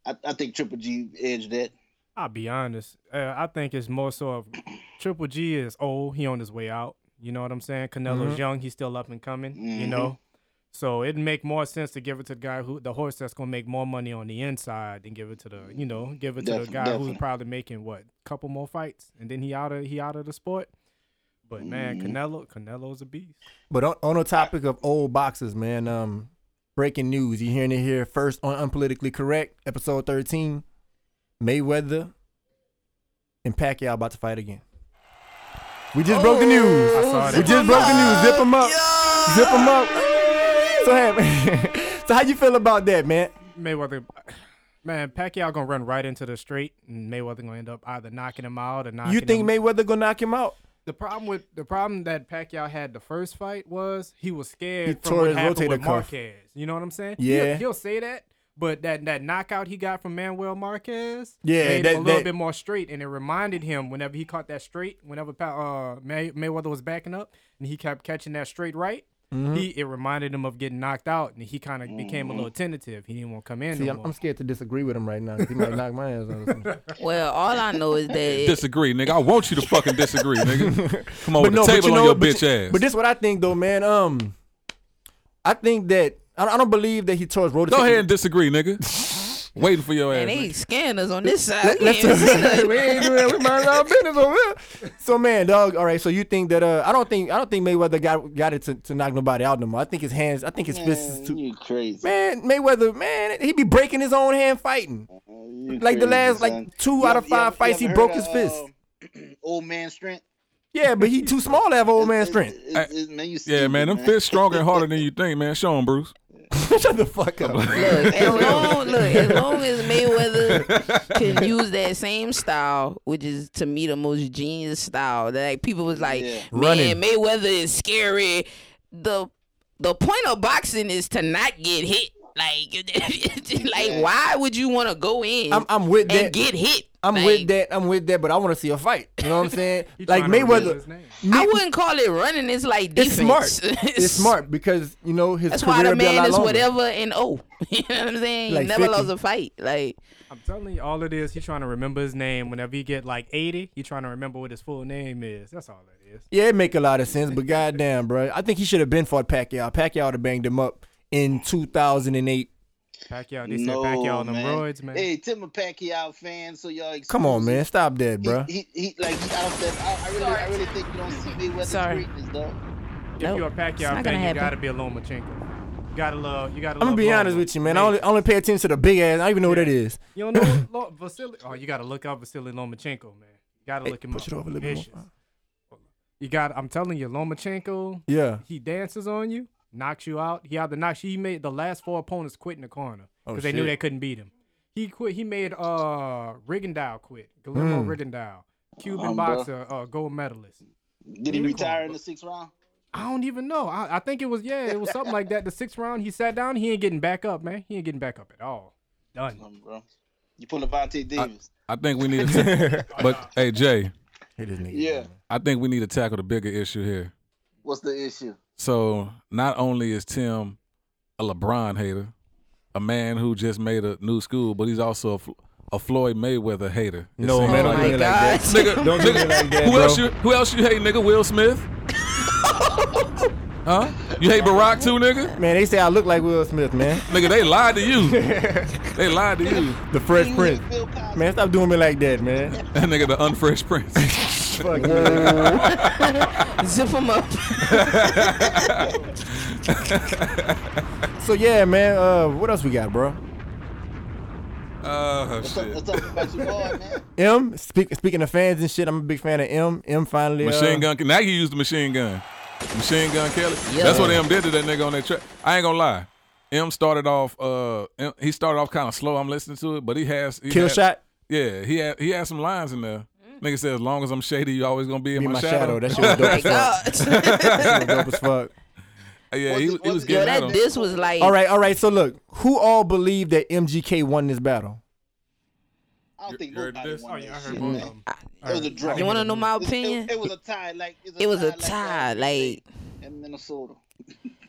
Speaker 6: I, I think Triple G edged that.
Speaker 5: I'll be honest. Uh, I think it's more so of *clears throat* Triple G is old. He on his way out. You know what I'm saying?
Speaker 2: Mm-hmm.
Speaker 5: Canelo's young. He's still up and coming. You
Speaker 6: Mhm.
Speaker 5: know, so it'd make more sense to give it to the guy who the horse that's gonna make more money on the inside than give it to the you know give it to
Speaker 6: Definitely,
Speaker 5: the guy
Speaker 6: definitely.
Speaker 5: who's probably making what couple more fights and then he out of he out of the sport. But man,
Speaker 2: Mm-hmm.
Speaker 5: Canelo Canelo's a beast.
Speaker 2: But on, on the topic of old boxes, man, um, breaking news. You hearing it here first on Unpolitically Correct, episode 13. Mayweather and Pacquiao about to fight again. We just broke the news.
Speaker 5: I saw
Speaker 2: We
Speaker 5: that.
Speaker 2: just broke the news. Zip them up. Zip them up. So, hey, *laughs* so how you feel about that, man?
Speaker 5: Mayweather, man, Pacquiao gonna run right into the straight, and Mayweather gonna end up either knocking him out or knocking.
Speaker 2: You think
Speaker 5: him.
Speaker 2: Mayweather gonna knock him out?
Speaker 5: The problem with the problem that Pacquiao had the first fight was he was scared
Speaker 2: He
Speaker 5: from
Speaker 2: tore
Speaker 5: what
Speaker 2: his
Speaker 5: happened with
Speaker 2: rotator cuff.
Speaker 5: Marquez. You know what I'm saying?
Speaker 2: Yeah.
Speaker 5: he'll, he'll say that, but that that knockout he got from Manuel Marquez,
Speaker 2: Yeah,
Speaker 5: made
Speaker 2: that-
Speaker 5: him a little
Speaker 2: that-
Speaker 5: bit more straight, and it reminded him whenever he caught that straight, whenever Pa- uh, May, Mayweather was backing up, and he kept catching that straight right.
Speaker 2: Mm-hmm.
Speaker 5: He it reminded him of getting knocked out, and he kind of became a little tentative. He didn't want to come in.
Speaker 2: See,
Speaker 5: no
Speaker 2: I'm,
Speaker 5: more.
Speaker 2: I'm scared to disagree with him right now. 'cause He *laughs* might knock my ass out. Or something.
Speaker 4: *laughs* well, all I know is that it-
Speaker 3: Disagree, nigga. I want you to fucking disagree,
Speaker 2: *laughs*
Speaker 3: nigga. Come on, with the
Speaker 2: no,
Speaker 3: table
Speaker 2: you
Speaker 3: on
Speaker 2: know
Speaker 3: your
Speaker 2: what? But
Speaker 3: bitch
Speaker 2: you-
Speaker 3: ass.
Speaker 2: But this what I think though, man. Um, I think that I, I don't believe that he tore his rotator.
Speaker 3: Go ahead
Speaker 2: *laughs*
Speaker 3: and disagree, nigga. Waiting for your ass.
Speaker 4: man, they
Speaker 3: nigga.
Speaker 4: ain't scanners on this side.
Speaker 2: Let-
Speaker 4: We *laughs*
Speaker 2: let's-
Speaker 4: ain't seen nothing.
Speaker 2: we ain't doing that. We mind our business over here. So man, dog. All right. So you think that? Uh, I don't think I don't think Mayweather got got it to, to knock nobody out no more. I think his hands. I think his fists is
Speaker 6: Man,
Speaker 2: too.
Speaker 6: you crazy.
Speaker 2: Man, Mayweather, man, he be breaking his own hand fighting.
Speaker 6: You
Speaker 2: Like the
Speaker 6: crazy,
Speaker 2: last, like,
Speaker 6: son.
Speaker 2: two
Speaker 6: You
Speaker 2: out of
Speaker 6: ever- you
Speaker 2: five
Speaker 6: ever- you
Speaker 2: fights, he
Speaker 6: ever
Speaker 2: broke
Speaker 6: heard
Speaker 2: his
Speaker 6: of, um, *clears throat* old man strength.
Speaker 2: Yeah, but he too small to have old man
Speaker 6: It's- *laughs*
Speaker 2: strength.
Speaker 6: it's- it's- man, you
Speaker 3: Yeah,
Speaker 6: stupid,
Speaker 3: man, them fists stronger and harder
Speaker 6: *laughs*
Speaker 3: than you think, man. Show 'em, Bruce.
Speaker 2: Shut the fuck up.
Speaker 4: Look, as long, look, as long as Mayweather
Speaker 2: *laughs*
Speaker 4: can use that same style, which is to me the most genius style, that like, people was like,
Speaker 6: Yeah.
Speaker 4: man,
Speaker 2: Running.
Speaker 4: Mayweather is scary. The the point of boxing is to not get hit. Like, *laughs* like why would you want to go in
Speaker 2: I'm, I'm with
Speaker 4: and
Speaker 2: that.
Speaker 4: get hit?
Speaker 2: I'm
Speaker 4: Like,
Speaker 2: with that. I'm with that. But I want to see a fight. You know what I'm saying?
Speaker 5: He
Speaker 2: like
Speaker 5: trying to remember his
Speaker 2: Mayweather.
Speaker 5: name.
Speaker 4: I wouldn't call it running. It's like
Speaker 2: It's
Speaker 4: defense.
Speaker 2: smart.
Speaker 4: *laughs*
Speaker 2: It's smart because you know his
Speaker 4: That's why
Speaker 2: career
Speaker 4: the
Speaker 2: will be a
Speaker 4: man
Speaker 2: lot
Speaker 4: is
Speaker 2: longer.
Speaker 4: whatever and oh, *laughs* you know what I'm saying?
Speaker 2: Like
Speaker 4: he never
Speaker 2: 50.
Speaker 4: lost a fight. Like
Speaker 5: I'm telling you, all it is, he's trying to remember his name. Whenever he get like 80, he trying to remember what his full name is. That's all it is.
Speaker 2: Yeah, it make a lot of sense, but goddamn, bro, I think he should have been fought Pacquiao. Pacquiao would have banged him up in 2008.
Speaker 5: Pacquiao, they
Speaker 6: No,
Speaker 5: said Pacquiao on them
Speaker 6: man.
Speaker 5: roids, man.
Speaker 6: Hey, Tim a Pacquiao fan, so y'all.
Speaker 2: Come on,
Speaker 6: exclusive.
Speaker 2: man, stop that,
Speaker 6: He,
Speaker 2: bro.
Speaker 6: he, he like he, I, don't, I, I really, I really think you don't see Mayweather's
Speaker 4: Sorry.
Speaker 6: greatness, though.
Speaker 5: if
Speaker 4: nope,
Speaker 5: you're a
Speaker 4: it's not
Speaker 5: Pacquiao
Speaker 4: gonna
Speaker 5: fan, you
Speaker 4: happen.
Speaker 5: gotta be a Lomachenko. You gotta love, you gotta
Speaker 2: I'm gonna
Speaker 5: love
Speaker 2: be
Speaker 5: Loma.
Speaker 2: honest with you, man. I
Speaker 5: Hey,
Speaker 2: only, I only pay attention to the big ass. I don't even know what that is.
Speaker 5: You don't know
Speaker 2: *laughs*
Speaker 5: Lo- Vasily? Oh, you gotta look up Vasily Lomachenko, man. You gotta
Speaker 2: Hey,
Speaker 5: look him
Speaker 2: push
Speaker 5: up.
Speaker 2: it over a little bit more.
Speaker 5: Vicious. You got, I'm telling you, Lomachenko,
Speaker 2: Yeah.
Speaker 5: he dances on you, knocks you out. He either knocks you. He made the last four opponents quit in the corner
Speaker 2: Oh,
Speaker 5: because they knew
Speaker 2: shit.
Speaker 5: they couldn't beat him. He quit. He made uh Rigondeaux quit. Guillermo
Speaker 2: Hmm.
Speaker 5: Rigondeaux, Cuban
Speaker 6: Um, bruh.
Speaker 5: boxer, uh, gold medalist.
Speaker 6: Did he retire in the sixth round?
Speaker 5: I don't even know. I, I think it was yeah, it was something like that. The sixth round, he sat down. He ain't getting back up, man. He ain't getting back up at all. Done.
Speaker 6: Um, bro. You put Levante Davis.
Speaker 3: I think we need
Speaker 6: *laughs*
Speaker 3: to. but hey, Jay,
Speaker 2: Hit his nigga.
Speaker 6: yeah.
Speaker 3: I think we need to tackle the bigger issue here.
Speaker 6: What's the issue?
Speaker 3: So not only is Tim a LeBron hater, a man who just made a new school, but he's also a, Fl- a Floyd Mayweather hater. it
Speaker 2: No,
Speaker 3: seems
Speaker 2: man,
Speaker 4: oh
Speaker 2: don't
Speaker 3: like.
Speaker 2: do me like that.
Speaker 3: *laughs* nigga,
Speaker 2: Don't do me
Speaker 3: nigga,
Speaker 2: like that,
Speaker 3: who
Speaker 2: bro.
Speaker 3: else you who else you hate, nigga? Will Smith? huh? You hate Barack too, nigga?
Speaker 2: Man, they say I look like Will Smith, man.
Speaker 3: Nigga, they lied to
Speaker 2: *laughs*
Speaker 3: you. they lied to you.
Speaker 2: The Fresh Prince.
Speaker 6: Bill Cosby.
Speaker 2: Man, stop doing me like that, man.
Speaker 3: That nigga the unfresh prince. *laughs*
Speaker 2: Fuck, man.
Speaker 4: *laughs* Zip them up.
Speaker 2: So yeah, man. Uh, what else we got, bro?
Speaker 3: Oh
Speaker 6: What's up,
Speaker 3: shit.
Speaker 6: what's up about your boy, man?
Speaker 2: M. Speak, speaking of fans and shit, I'm a big fan of M. M. Finally, uh,
Speaker 3: Machine gun. Now you use the machine gun. Machine gun Kelly. That's what M did to that nigga on that track. I ain't gonna lie. M started off. Uh, M, he started off kind of slow. I'm listening to it, but he has he
Speaker 2: Kill
Speaker 3: had-
Speaker 2: shot.
Speaker 3: Yeah, he had he had some lines in there. Nigga said, as long as I'm shady, you always gonna be in
Speaker 2: Be
Speaker 3: my,
Speaker 2: my
Speaker 3: shadow.
Speaker 2: shadow.
Speaker 3: *laughs*
Speaker 2: That shit was dope as fuck.
Speaker 6: *laughs*
Speaker 4: God.
Speaker 2: That shit was dope as fuck.
Speaker 3: yeah,
Speaker 6: What's
Speaker 3: he,
Speaker 6: it-
Speaker 3: was- he
Speaker 6: what's
Speaker 3: was
Speaker 4: *laughs*
Speaker 6: it-
Speaker 4: Yo,
Speaker 3: getting at
Speaker 4: that
Speaker 3: him.
Speaker 4: this was like.
Speaker 2: All right, all right. So look, who all believe that MGK won this battle?
Speaker 6: I don't
Speaker 3: You-
Speaker 6: think
Speaker 3: you heard
Speaker 6: nobody
Speaker 3: this?
Speaker 6: won
Speaker 5: Oh, yeah, I
Speaker 6: that
Speaker 5: heard
Speaker 6: shit,
Speaker 5: both
Speaker 6: man.
Speaker 5: of them.
Speaker 6: It was a draw.
Speaker 4: You want to know my
Speaker 6: It's- it-
Speaker 4: opinion?
Speaker 6: It, was a tie. Like
Speaker 4: It was a
Speaker 6: like,
Speaker 4: tie.
Speaker 6: uh,
Speaker 4: Like
Speaker 6: in Minnesota.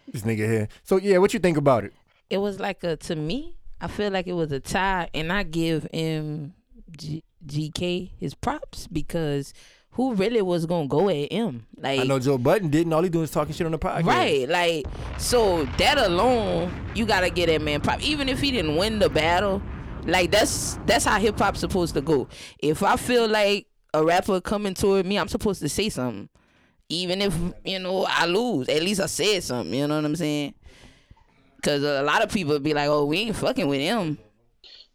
Speaker 2: This nigga here. So yeah, what you think about it?
Speaker 4: it was like a to me. I feel like it was a tie, and I give M G G K his props because who really was gonna go at M? Like
Speaker 2: I know Joe Button didn't. All he doing is talking shit on the podcast.
Speaker 4: Right, like so that alone, you gotta get that man pop. Even if he didn't win the battle, like that's that's how hip hop's supposed to go. If I feel like a rapper coming toward me, I'm supposed to say something, even if you know I lose. At least I said something. You know what I'm saying? Cause a lot of people be like, "Oh, we ain't fucking with him."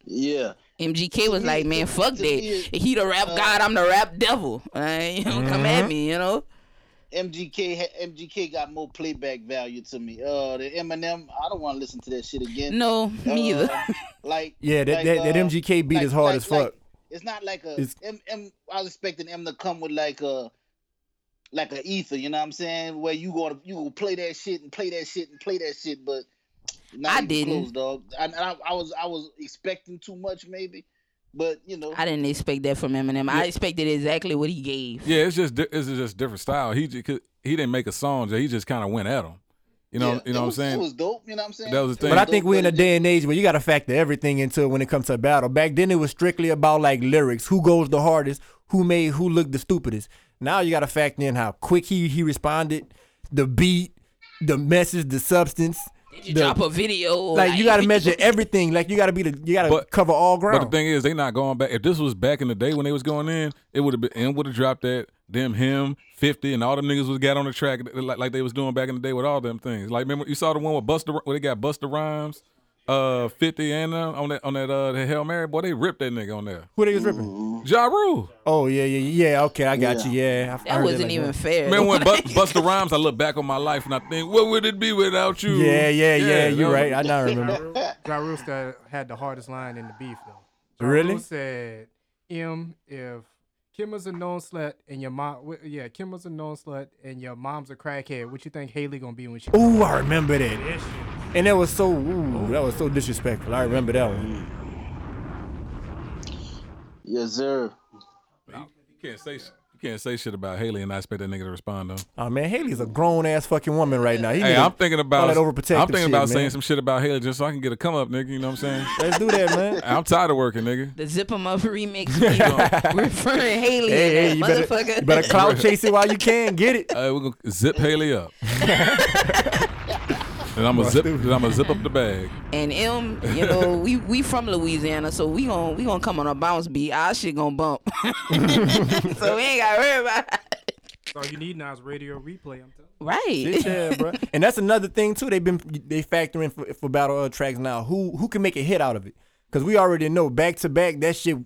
Speaker 6: Yeah.
Speaker 4: MGK was
Speaker 6: me,
Speaker 4: like, "Man,
Speaker 6: to-
Speaker 4: fuck that.
Speaker 6: to me, it-
Speaker 4: He the rap god, I'm the rap devil. *laughs* Like, you know, come at me, you know."
Speaker 6: MGK ha- MGK got more playback value to me. Uh, the Eminem, I don't want to listen to that shit again.
Speaker 4: No, me
Speaker 6: Uh,
Speaker 4: either.
Speaker 6: Like
Speaker 2: *laughs* Yeah, that-
Speaker 6: like,
Speaker 2: that- that
Speaker 6: uh,
Speaker 2: MGK beat is hard as fuck.
Speaker 6: it's not like a
Speaker 2: It's-
Speaker 6: M, M. I was expecting M to come with like a like a ether. You know what I'm saying? Where you gonna you gonna play that shit and play that shit and play that shit, but not
Speaker 4: I
Speaker 6: even
Speaker 4: didn't.
Speaker 6: close, dog. And and I, I was I was expecting too much maybe, but you know.
Speaker 4: I didn't expect that from Eminem. I expected exactly what he gave.
Speaker 3: Yeah, it's just di- it's just different style. He just, he didn't make a song. He just kind of went at him. You know,
Speaker 6: yeah,
Speaker 3: you know
Speaker 6: it
Speaker 3: what I'm
Speaker 6: was-
Speaker 3: saying?
Speaker 6: It was dope. You know what I'm saying?
Speaker 3: That was the thing.
Speaker 2: But I
Speaker 6: dope,
Speaker 2: think we're in a
Speaker 6: it just-
Speaker 2: day and age where you got to factor everything into it when it comes to a battle. Back then, it was strictly about like lyrics, who goes the hardest, who made who looked the stupidest. Now you got to factor in how quick he he responded, the beat, the message, the substance.
Speaker 4: You
Speaker 2: the-
Speaker 4: drop a video.
Speaker 2: like you got to measure everything. Like you got to be the you got to
Speaker 3: But-
Speaker 2: cover all ground.
Speaker 3: But the thing is, they not going back. If this was back in the day when they was going in, it would have been and would have dropped that them him fifty and all them niggas was got on the track like, like they was doing back in the day with all them things. Like remember you saw the one with Buster where they got Buster Rhymes, uh, fifty and uh, on that on that uh that Hail Mary boy they ripped that nigga on there.
Speaker 2: who they was ripping?
Speaker 3: Ja Rule.
Speaker 2: Oh yeah yeah yeah. Okay, I got you. Yeah, I- I
Speaker 4: That
Speaker 2: heard
Speaker 4: wasn't
Speaker 2: like
Speaker 4: even fair.
Speaker 3: Man, when Bu- Buster Rhymes, I look back on my life and I think, what would it be without you?
Speaker 2: Yeah yeah yeah.
Speaker 3: that
Speaker 2: you're
Speaker 3: was-
Speaker 2: right. I now
Speaker 4: *laughs*
Speaker 2: remember.
Speaker 5: Ja Rule still had the hardest line in the beef though. Ja
Speaker 2: Really?
Speaker 5: Rule said, "M, if Kim is a known slut and your mom, wh- yeah, Kim is a known slut and your mom's a crackhead, what you think Haley gonna be when she?"
Speaker 2: Ooh, I remember that. And that was so ooh, that was so disrespectful. I remember that one.
Speaker 3: Mm.
Speaker 6: Yes, sir.
Speaker 3: You can't say sh- you can't say shit about Haley and I expect that nigga to respond though.
Speaker 2: Oh man, Haley's a grown ass fucking woman right now. He need
Speaker 3: Hey,
Speaker 2: to
Speaker 3: I'm thinking
Speaker 2: all
Speaker 3: about
Speaker 2: that overprotective
Speaker 3: I'm thinking
Speaker 2: shit,
Speaker 3: about
Speaker 2: man.
Speaker 3: saying some shit about Haley just so I can get a come up, nigga. You know what
Speaker 2: *laughs*
Speaker 3: I'm saying?
Speaker 2: Let's do that, man.
Speaker 3: I'm tired of working, nigga.
Speaker 4: *laughs* the Zip 'em
Speaker 2: *laughs*
Speaker 4: Up remix, people referring Haley
Speaker 2: hey, hey,
Speaker 4: and
Speaker 2: you
Speaker 4: that
Speaker 2: better,
Speaker 4: motherfucker.
Speaker 2: you better
Speaker 3: *laughs*
Speaker 2: clout chase it while you can. Get it.
Speaker 3: Uh, we're gonna zip Haley
Speaker 2: *laughs*
Speaker 3: up, and I'm gonna zip. And I'm gonna zip up the bag.
Speaker 4: and M, you know, we, we from Louisiana, so we gon' we gonna come on a bounce beat. Our shit gonna bump, *laughs* so we ain't got to worry about. It.
Speaker 5: All Oh, you need now is radio replay. I'm telling. you.
Speaker 4: Right.
Speaker 2: Shit, yeah, bro. And that's another thing too. They've been they factoring for, for battle uh, tracks now. Who who can make a hit out of it? Because we already know back to back that shit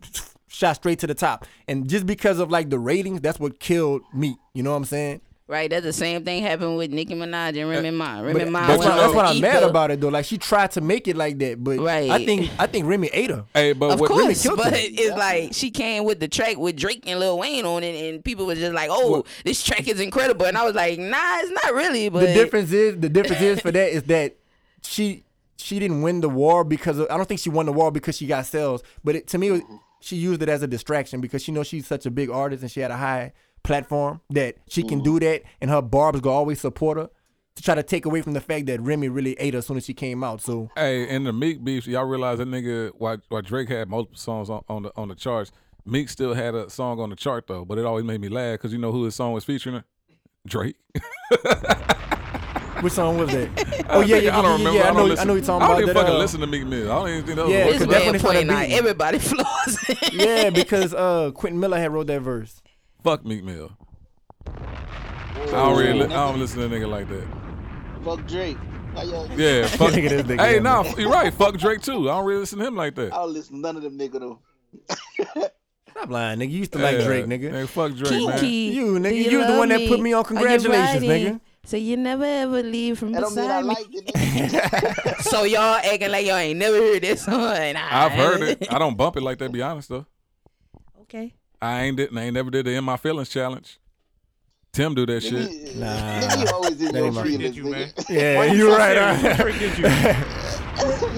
Speaker 2: shot straight to the top. And just because of like the ratings, that's what killed me. You know what I'm saying?
Speaker 4: Right. That's the same thing happened with Nicki Minaj and Remy Ma. Remy
Speaker 2: But,
Speaker 4: Ma.
Speaker 2: that's,
Speaker 4: went
Speaker 2: why, that's
Speaker 4: on
Speaker 2: what I'm mad
Speaker 4: Issa.
Speaker 2: about it though. Like she tried to make it like that, but I
Speaker 4: Right.
Speaker 2: think I think Remy ate her.
Speaker 3: Hey, but
Speaker 4: Of
Speaker 3: what,
Speaker 2: really
Speaker 4: course,
Speaker 2: killed
Speaker 4: but
Speaker 2: them.
Speaker 4: it's like she came with the track with Drake and Lil Wayne on it, and people was just like, "Oh, this track is incredible," and I was like, "Nah, it's not really." But
Speaker 2: the difference is the difference is for that is that she she didn't win the war because of, I don't think she won the war because she got sales. But it, to me, it was, she used it as a distraction because she knows she's such a big artist and she had a high platform that she can
Speaker 3: Mm-hmm.
Speaker 2: do that, and her barbs go always support her to try to take away from the fact that Remy really ate her as soon as she came out. So
Speaker 3: Hey, in the Meek beef, y'all realize that nigga why why Drake had multiple songs on, on the on the charts. Meek still had a song on the chart though, but it always made me laugh because you know who his song was featuring? Drake.
Speaker 2: which song was
Speaker 3: *laughs*
Speaker 2: that? oh yeah, yeah, yeah,
Speaker 3: I don't
Speaker 2: yeah,
Speaker 3: remember.
Speaker 2: yeah, I know,
Speaker 3: listen.
Speaker 2: I know you're talking
Speaker 3: I don't
Speaker 2: about
Speaker 3: even
Speaker 2: that.
Speaker 3: fucking
Speaker 2: uh,
Speaker 3: listen to Meek Mill. I don't even think that.
Speaker 2: Yeah,
Speaker 3: Yeah,
Speaker 2: It's
Speaker 4: This
Speaker 2: Cause
Speaker 4: way
Speaker 2: that's when
Speaker 4: of
Speaker 2: they tryna
Speaker 4: playing out.
Speaker 2: beat me.
Speaker 4: Everybody *laughs* flaws. *laughs*
Speaker 2: yeah, because uh, Quentin Miller had wrote that verse.
Speaker 3: fuck Meek Mill. I don't really. Li- I don't listen to a nigga like that.
Speaker 6: Fuck Drake. How y'all?
Speaker 2: *laughs*
Speaker 3: Yeah. Fuck.
Speaker 2: Nigga, this nigga,
Speaker 3: hey,
Speaker 2: yeah, *laughs*
Speaker 3: no, you're right. Fuck Drake too. I don't really listen to him like that.
Speaker 6: I don't listen to none of them nigga though. *laughs*
Speaker 2: Stop lying, nigga. You used to like
Speaker 3: Yeah.
Speaker 2: Drake, nigga.
Speaker 3: Hey, fuck Drake, man.
Speaker 4: Kiki,
Speaker 2: You, nigga,
Speaker 4: do
Speaker 2: you the
Speaker 4: love
Speaker 2: one that
Speaker 4: me?
Speaker 2: put me on
Speaker 4: Are you
Speaker 2: congratulations,
Speaker 4: riding?
Speaker 2: nigga.
Speaker 4: So you never ever leave from
Speaker 6: That don't mean I
Speaker 4: beside me.
Speaker 6: like it. nigga.
Speaker 4: so y'all acting like y'all ain't never heard this *laughs* song. and I
Speaker 3: I've heard
Speaker 4: haven't.
Speaker 3: it. I don't bump it like that. Be honest though.
Speaker 4: *laughs* okay.
Speaker 3: I ain't did. I ain't never did the in my feelings challenge. Tim do that shit.
Speaker 6: Nigga, nigga, you always in
Speaker 2: That
Speaker 6: your
Speaker 2: ain't my-
Speaker 6: feelings,
Speaker 5: Did you, man?
Speaker 6: *laughs* nigga.
Speaker 2: Yeah,
Speaker 5: Why you
Speaker 2: you're
Speaker 5: so
Speaker 2: right.
Speaker 5: serious?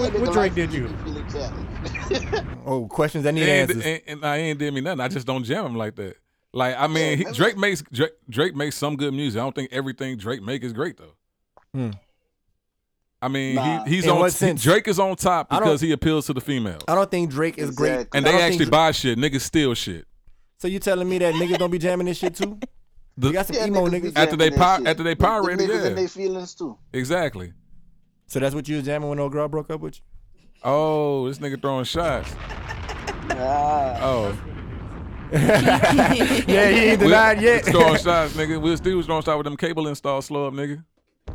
Speaker 2: huh?
Speaker 5: What Drake did you?
Speaker 6: Nigga
Speaker 5: What
Speaker 6: like
Speaker 5: Drake did you?
Speaker 6: feeling challenge.
Speaker 2: *laughs* Oh, questions that need
Speaker 3: and,
Speaker 2: answers.
Speaker 3: and, and I ain't did me nothing. I just don't jam him like that. Like I mean, he,
Speaker 6: that's
Speaker 3: Drake makes Drake, Drake makes some good music. I don't think everything Drake make is great though.
Speaker 2: Hmm.
Speaker 3: I mean,
Speaker 6: Nah.
Speaker 3: he, he's
Speaker 2: In
Speaker 3: on
Speaker 2: what
Speaker 3: he-
Speaker 2: sense?
Speaker 3: Drake is on top
Speaker 2: I don't-
Speaker 3: because he appeals to the females,
Speaker 2: I don't think Drake is great.
Speaker 6: Exactly.
Speaker 3: and
Speaker 2: I
Speaker 3: they
Speaker 2: don't think
Speaker 3: actually
Speaker 2: Dra-
Speaker 3: buy shit. Niggas steal shit.
Speaker 2: So you telling me that niggas don't be jamming this shit too?
Speaker 3: The-
Speaker 2: you got some
Speaker 6: *laughs* Yeah,
Speaker 2: emo
Speaker 6: be
Speaker 2: niggas.
Speaker 3: I- After they
Speaker 6: jamming that
Speaker 3: pir-
Speaker 6: shit.
Speaker 3: after they
Speaker 6: Them
Speaker 3: pirated,
Speaker 6: niggas
Speaker 3: yeah.
Speaker 6: and they feelings too.
Speaker 3: Exactly.
Speaker 2: So that's what you was jamming when old girl broke up with you?
Speaker 3: Oh, this nigga throwing shots.
Speaker 6: Ah,
Speaker 3: Oh,
Speaker 2: Yeah, he ain't denied
Speaker 3: we,
Speaker 2: yet.
Speaker 3: *laughs* throwing shots, nigga. We still was throwing shots with them cable installs. Slow up, nigga.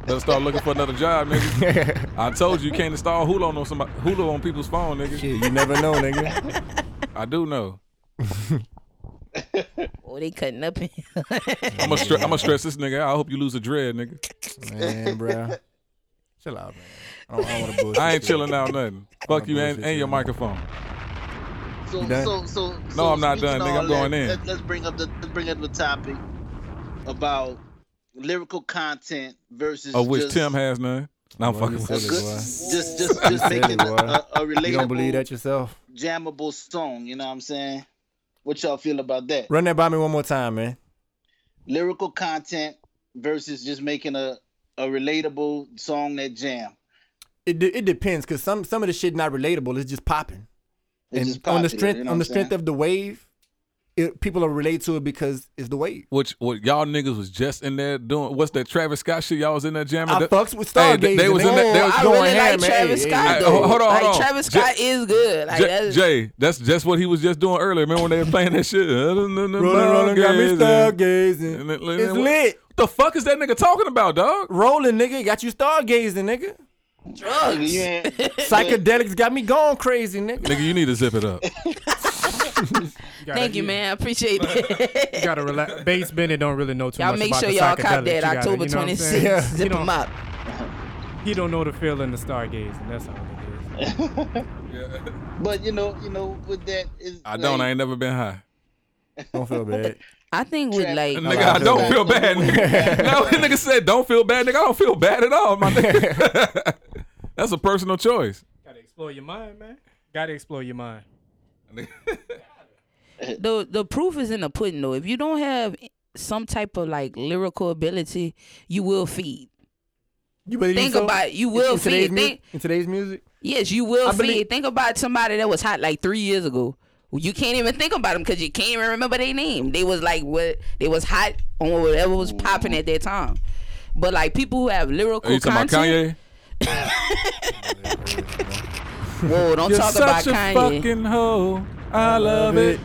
Speaker 3: Better start looking for another
Speaker 2: *laughs*
Speaker 3: job, nigga. I told you you can't install Hulu on somebody, Hulu on people's phone, nigga.
Speaker 2: Shit, *laughs* you never know, nigga.
Speaker 3: I do know.
Speaker 4: Oh, they cutting up. in-
Speaker 3: I'm gonna stre- I'm gonna stress this nigga. out. I hope you lose a dread, nigga.
Speaker 2: Man, bruh. Chill out, man. I don't, I don't want to bullshit.
Speaker 3: I ain't
Speaker 2: you.
Speaker 3: chilling out nothing. Fuck you and, and your microphone.
Speaker 6: so,
Speaker 2: You done?
Speaker 6: so, so, so
Speaker 3: No, I'm not
Speaker 6: speaking
Speaker 3: done, nigga.
Speaker 6: of
Speaker 3: I'm
Speaker 6: all
Speaker 3: going
Speaker 6: that,
Speaker 3: in.
Speaker 6: Let's, let's bring up the let's bring up the topic about lyrical content versus.
Speaker 3: Of Oh, which
Speaker 6: just
Speaker 3: Tim has none. No, I'm
Speaker 2: Well,
Speaker 3: fucking.
Speaker 2: you
Speaker 6: a
Speaker 2: said it,
Speaker 6: good,
Speaker 2: boy.
Speaker 3: *laughs*
Speaker 6: just, just, just
Speaker 2: said it,
Speaker 6: making a,
Speaker 2: boy.
Speaker 6: a, a
Speaker 2: You don't believe
Speaker 6: relatable,
Speaker 2: that yourself?
Speaker 6: jammable song. You know what I'm saying? What y'all feel about that?
Speaker 2: Run that by me one more time, man.
Speaker 6: lyrical content versus just making a, a relatable song that jam.
Speaker 2: It de- it depends, cause some some of the shit not relatable. It's just popping.
Speaker 6: It's
Speaker 2: and
Speaker 6: just
Speaker 2: on
Speaker 6: popular,
Speaker 2: the strength
Speaker 6: you know
Speaker 2: on
Speaker 6: what
Speaker 2: the
Speaker 6: I'm
Speaker 2: strength
Speaker 6: saying?
Speaker 2: of the wave, it, people will relate to it because it's the wave.
Speaker 3: Which what y'all niggas was just in there doing? What's that Travis Scott shit? Y'all was in there jamming.
Speaker 2: I
Speaker 3: That-
Speaker 2: fucks with
Speaker 3: Hey,
Speaker 2: Stargazer.
Speaker 3: they- they was in
Speaker 2: nigga.
Speaker 3: that- they was
Speaker 4: I
Speaker 3: going
Speaker 4: really
Speaker 2: ham,
Speaker 4: like
Speaker 2: man.
Speaker 4: Travis
Speaker 2: Hey,
Speaker 4: Scott
Speaker 3: hey,
Speaker 4: though.
Speaker 3: hold on, hold on.
Speaker 4: Like Travis
Speaker 3: J-
Speaker 4: Scott is good. Like
Speaker 3: J-
Speaker 4: that's
Speaker 3: Jay, that's just what he was just doing earlier. Remember when they were playing that shit? *laughs* Rolling,
Speaker 2: Rolling, rolling, got me
Speaker 3: And
Speaker 2: stargazing.
Speaker 3: it-
Speaker 2: It's
Speaker 3: what-
Speaker 2: lit.
Speaker 3: What the fuck is that nigga talking about, dog?
Speaker 2: Rolling, nigga, got you stargazing, nigga.
Speaker 4: drugs.
Speaker 6: You ain't-
Speaker 2: *laughs* Psychedelics got me going crazy, nigga.
Speaker 3: Nigga, you need to zip it up.
Speaker 5: gotta-
Speaker 4: Thank you, man. I
Speaker 2: *laughs*
Speaker 4: appreciate *laughs* that.
Speaker 5: You gotta relax. Bass Bennett don't really know too
Speaker 4: y'all
Speaker 5: much
Speaker 4: make
Speaker 5: about
Speaker 4: sure
Speaker 5: the
Speaker 4: y'all
Speaker 5: psychedelics.
Speaker 4: cop
Speaker 5: You
Speaker 4: that
Speaker 5: gotta-
Speaker 4: October
Speaker 5: you know what I'm
Speaker 4: 26th.
Speaker 5: saying? He
Speaker 4: Zip
Speaker 5: don't-
Speaker 4: them up.
Speaker 5: He don't know the feeling of stargazing. That's all it is.
Speaker 6: but you know, you know, with that is
Speaker 3: I don't. I ain't never been high.
Speaker 2: *laughs* Don't feel bad.
Speaker 4: I think with *laughs* like
Speaker 3: Nigga, I don't feel
Speaker 4: *laughs*
Speaker 3: bad. nigga. no, *laughs* that nigga said don't feel bad. Nigga, I don't feel bad at all, my nigga. *laughs* That's a personal choice.
Speaker 5: gotta explore your mind, man. Gotta explore your mind.
Speaker 4: the the proof is in the pudding though. If you don't have some type of like lyrical ability, you will feed.
Speaker 2: You believe
Speaker 4: Think
Speaker 2: so?
Speaker 4: about it. You will
Speaker 2: in today's
Speaker 4: feel it.
Speaker 2: mu-
Speaker 4: Think-
Speaker 2: in today's music.
Speaker 4: Yes, you will
Speaker 2: I
Speaker 4: feed.
Speaker 2: believe-
Speaker 4: Think about somebody that was hot like three years ago. You can't even think about them because you can't even remember their name. They was like what they was hot on whatever was popping at that time. But like people who have lyrical
Speaker 3: Are you talking
Speaker 4: content,
Speaker 3: about Kanye?
Speaker 4: whoa, don't
Speaker 3: You're
Speaker 4: talk about
Speaker 3: such a
Speaker 4: Kanye.
Speaker 3: fucking hoe. I love it.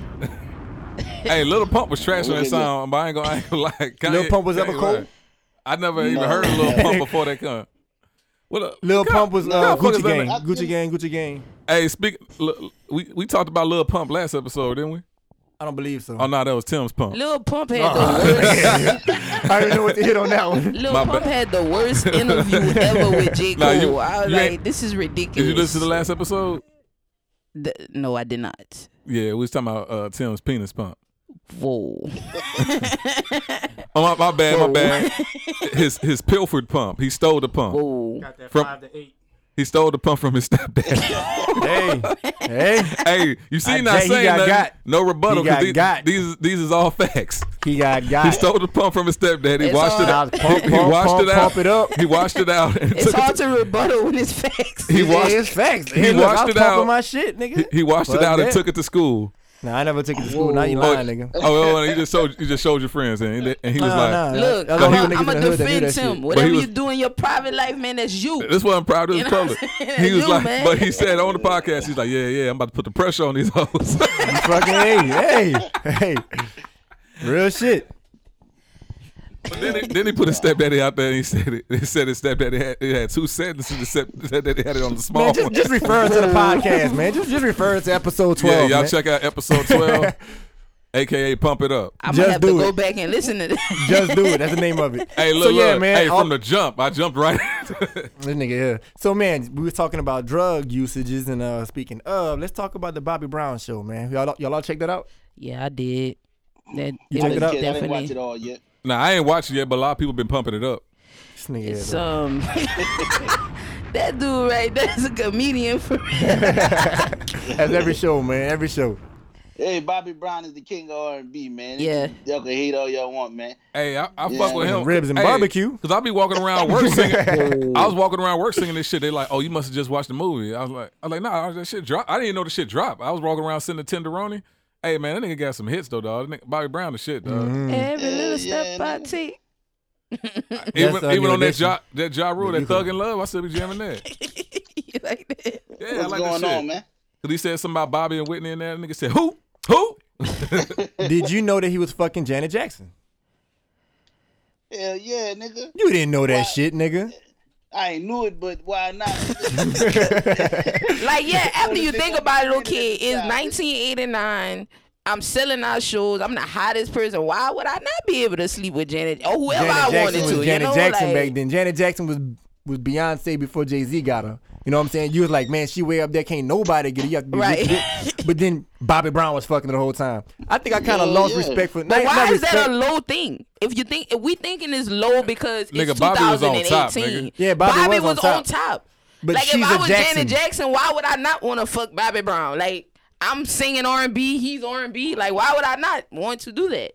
Speaker 3: hey, Little Pump was trash on that song, but I ain't gonna, I ain't gonna lie. *laughs* Kanye,
Speaker 2: Lil Pump was
Speaker 3: Kanye
Speaker 2: ever cold?
Speaker 3: I never even heard of Little
Speaker 2: *laughs*
Speaker 3: Pump before that come. What a,
Speaker 2: Lil Pump was uh,
Speaker 3: God, fuck
Speaker 2: Gucci
Speaker 3: is that
Speaker 2: Gang.
Speaker 3: nigga?
Speaker 2: Gucci Gang. Gucci Gang.
Speaker 3: Hey, speak. l- We we talked about Lil Pump last episode, didn't we?
Speaker 2: I don't believe so.
Speaker 3: Oh no, that was Tim's Pump.
Speaker 4: Lil Pump had
Speaker 3: Uh-uh.
Speaker 4: the
Speaker 3: *laughs*
Speaker 2: *laughs*
Speaker 4: worst.
Speaker 2: I already know what to hit on that one.
Speaker 4: Lil
Speaker 3: My
Speaker 4: Pump
Speaker 3: bad.
Speaker 4: had the worst interview ever with J Cole.
Speaker 3: Nah, you-
Speaker 4: I was
Speaker 3: you ain't-
Speaker 4: like, this is
Speaker 3: Did
Speaker 4: ridiculous.
Speaker 3: you listen to the last episode?
Speaker 4: Th- no, I did not.
Speaker 3: Yeah, we was talking about uh, Tim's penis pump.
Speaker 4: Whoa.
Speaker 3: Oh my, my bad, my bad. His his pilfered pump. He stole the pump.
Speaker 4: Whoa.
Speaker 5: Got that
Speaker 3: From-
Speaker 5: five to eight.
Speaker 3: He stole the pump from his stepdad.
Speaker 2: *laughs* hey, *laughs* hey,
Speaker 3: hey, you see,
Speaker 2: I
Speaker 3: not
Speaker 2: bet he
Speaker 3: saying
Speaker 2: got
Speaker 3: nothing,
Speaker 2: got.
Speaker 3: no rebuttal.
Speaker 2: He
Speaker 3: 'cause
Speaker 2: got
Speaker 3: these,
Speaker 2: got.
Speaker 3: these these is all facts.
Speaker 2: he got got.
Speaker 3: He stole the pump from his stepdad. He
Speaker 4: It's
Speaker 3: washed it
Speaker 4: all-
Speaker 3: out.
Speaker 2: Pump, pump,
Speaker 3: he washed
Speaker 2: pump,
Speaker 3: it out.
Speaker 2: pump it up.
Speaker 3: He washed it out.
Speaker 2: *laughs*
Speaker 3: and
Speaker 4: It's
Speaker 3: took it
Speaker 4: hard
Speaker 3: to-
Speaker 4: to rebuttal with his facts.
Speaker 3: He
Speaker 2: Yeah,
Speaker 3: washed.
Speaker 2: it's facts.
Speaker 3: he
Speaker 2: Hey, look,
Speaker 3: washed
Speaker 2: I was
Speaker 3: it
Speaker 2: pumping
Speaker 3: out.
Speaker 2: my shit, nigga.
Speaker 3: He, he washed it
Speaker 2: Fuck
Speaker 3: out and
Speaker 2: that.
Speaker 3: took it to school.
Speaker 2: Nah, I never took it to school. Now you
Speaker 3: Oh,
Speaker 2: lying, nigga.
Speaker 3: oh, oh, you just showed you just showed your friends, and, and he was like,
Speaker 2: nah, nah.
Speaker 4: Look,
Speaker 2: That's all
Speaker 4: I'm
Speaker 2: the
Speaker 4: a-
Speaker 2: niggas
Speaker 4: I'm
Speaker 2: in
Speaker 4: gonna
Speaker 2: the hood that do
Speaker 4: defend
Speaker 2: that
Speaker 4: him.
Speaker 2: shit.
Speaker 4: Whatever
Speaker 3: was-
Speaker 4: you do in your private life, man, that's you.
Speaker 3: This wasn't proud. This
Speaker 4: You
Speaker 3: was
Speaker 4: know
Speaker 3: public.
Speaker 4: what I'm saying?
Speaker 3: *laughs* He was
Speaker 4: You,
Speaker 3: like,
Speaker 4: man.
Speaker 3: but he said on the podcast, he's like, yeah, yeah, I'm about to put the pressure on these hoes. *laughs*
Speaker 2: Fucking hey, hey, hey. Real shit.
Speaker 3: but then, he, then he put his stepdaddy out there and he said it. He said his stepdaddy had, it had two sentences. The stepdaddy had it on the small
Speaker 2: Man, just,
Speaker 3: one.
Speaker 2: just refer to the podcast, man. Just just refer to episode *laughs* twelve.
Speaker 3: yeah, y'all
Speaker 2: man.
Speaker 3: check out
Speaker 2: *laughs*
Speaker 3: episode 12, aka Pump It Up.
Speaker 4: I'm
Speaker 2: Just
Speaker 4: gonna have to
Speaker 2: do
Speaker 4: go
Speaker 2: it.
Speaker 4: back and listen
Speaker 2: *laughs*
Speaker 4: to that.
Speaker 2: Just do it. That's the name of it.
Speaker 3: Hey, look,
Speaker 2: so yeah,
Speaker 3: look.
Speaker 2: man.
Speaker 3: hey,
Speaker 2: all-
Speaker 3: from the jump, I jumped right. *laughs*
Speaker 2: This nigga here. So man, we were talking about drug usages and uh speaking of, let's talk about the Bobby Brown show, man. Y'all y'all all check that out?
Speaker 4: yeah, I did. That
Speaker 2: You
Speaker 4: it
Speaker 2: checked
Speaker 4: was
Speaker 2: it out?
Speaker 6: I didn't watch it
Speaker 4: definitely.
Speaker 6: all yet.
Speaker 3: now I ain't watched it yet, but a lot of people been pumping it up.
Speaker 2: This nigga here,
Speaker 4: It's
Speaker 2: though.
Speaker 4: um, *laughs* that dude right there's a comedian for real.
Speaker 2: That's every show, man. Every show.
Speaker 6: Hey, Bobby Brown is the king of R and B, man.
Speaker 4: Yeah.
Speaker 6: y'all can hate all y'all want, man.
Speaker 3: Hey, I, I
Speaker 6: Yeah.
Speaker 3: fuck with him.
Speaker 2: Ribs and barbecue.
Speaker 3: Cause I be walking
Speaker 2: *laughs*
Speaker 3: around work singing. I was walking around work singing this shit. They like, oh, you must have just watched the movie. I was like, I was like, nah, that shit dropped. I didn't know the shit dropped. I was walking around sending tenderoni. Hey man, that nigga got some hits though, dog. That nigga, Bobby Brown, the shit, dog.
Speaker 2: Mm-hmm.
Speaker 4: every little
Speaker 6: yeah,
Speaker 4: step I
Speaker 6: nigga.
Speaker 4: take. *laughs*
Speaker 3: Even,
Speaker 2: That's, uh,
Speaker 3: even
Speaker 2: new
Speaker 3: on that
Speaker 2: edition.
Speaker 3: Ja, that ja Rule, that
Speaker 2: You
Speaker 3: Thug
Speaker 2: could-
Speaker 3: and Love, I still be jamming that.
Speaker 2: *laughs*
Speaker 4: You like that?
Speaker 3: Yeah,
Speaker 6: What's
Speaker 3: I like that
Speaker 6: going
Speaker 3: shit.
Speaker 6: on, man?
Speaker 3: Cause he said something about Bobby and Whitney and that nigga said, who, who?
Speaker 2: Did you know that he was fucking Janet Jackson?
Speaker 6: Hell yeah, nigga.
Speaker 2: You didn't know that shit, nigga.
Speaker 6: I ain't knew it, but why not?
Speaker 4: Like, yeah, after you think about it, okay, it's
Speaker 6: Yeah.
Speaker 4: 1989. I'm selling out shows. I'm the hottest person. Why would I not be able to sleep with Janet or whoever
Speaker 2: Janet
Speaker 4: I
Speaker 2: Jackson
Speaker 4: wanted
Speaker 2: was
Speaker 4: to?
Speaker 2: Janet
Speaker 4: you know,
Speaker 2: Jackson
Speaker 4: like,
Speaker 2: back then. Janet Jackson was was Beyonce before Jay Z got her. You know what I'm saying? You was like, man, she way up there, can't nobody get her. You have to be
Speaker 4: Right.
Speaker 2: rich, bitch. But then Bobby Brown was fucking her the whole time. I think I kind of
Speaker 6: Yeah,
Speaker 2: lost
Speaker 6: yeah.
Speaker 2: respect for.
Speaker 4: But
Speaker 2: not-
Speaker 4: why
Speaker 2: not
Speaker 4: is that
Speaker 2: respect.
Speaker 4: a low thing? If you think if we thinking it's low because it's
Speaker 3: Nigga, Bobby was on
Speaker 4: 2018.
Speaker 3: top, nigga.
Speaker 2: Yeah, Bobby was on
Speaker 4: was,
Speaker 2: top.
Speaker 4: on top.
Speaker 2: But
Speaker 4: like
Speaker 2: she's
Speaker 4: if
Speaker 2: a
Speaker 4: I was
Speaker 2: Jackson.
Speaker 4: Janet Jackson, why would I not want to fuck Bobby Brown? Like I'm singing R and B, he's R and B. Like why would I not want to do that?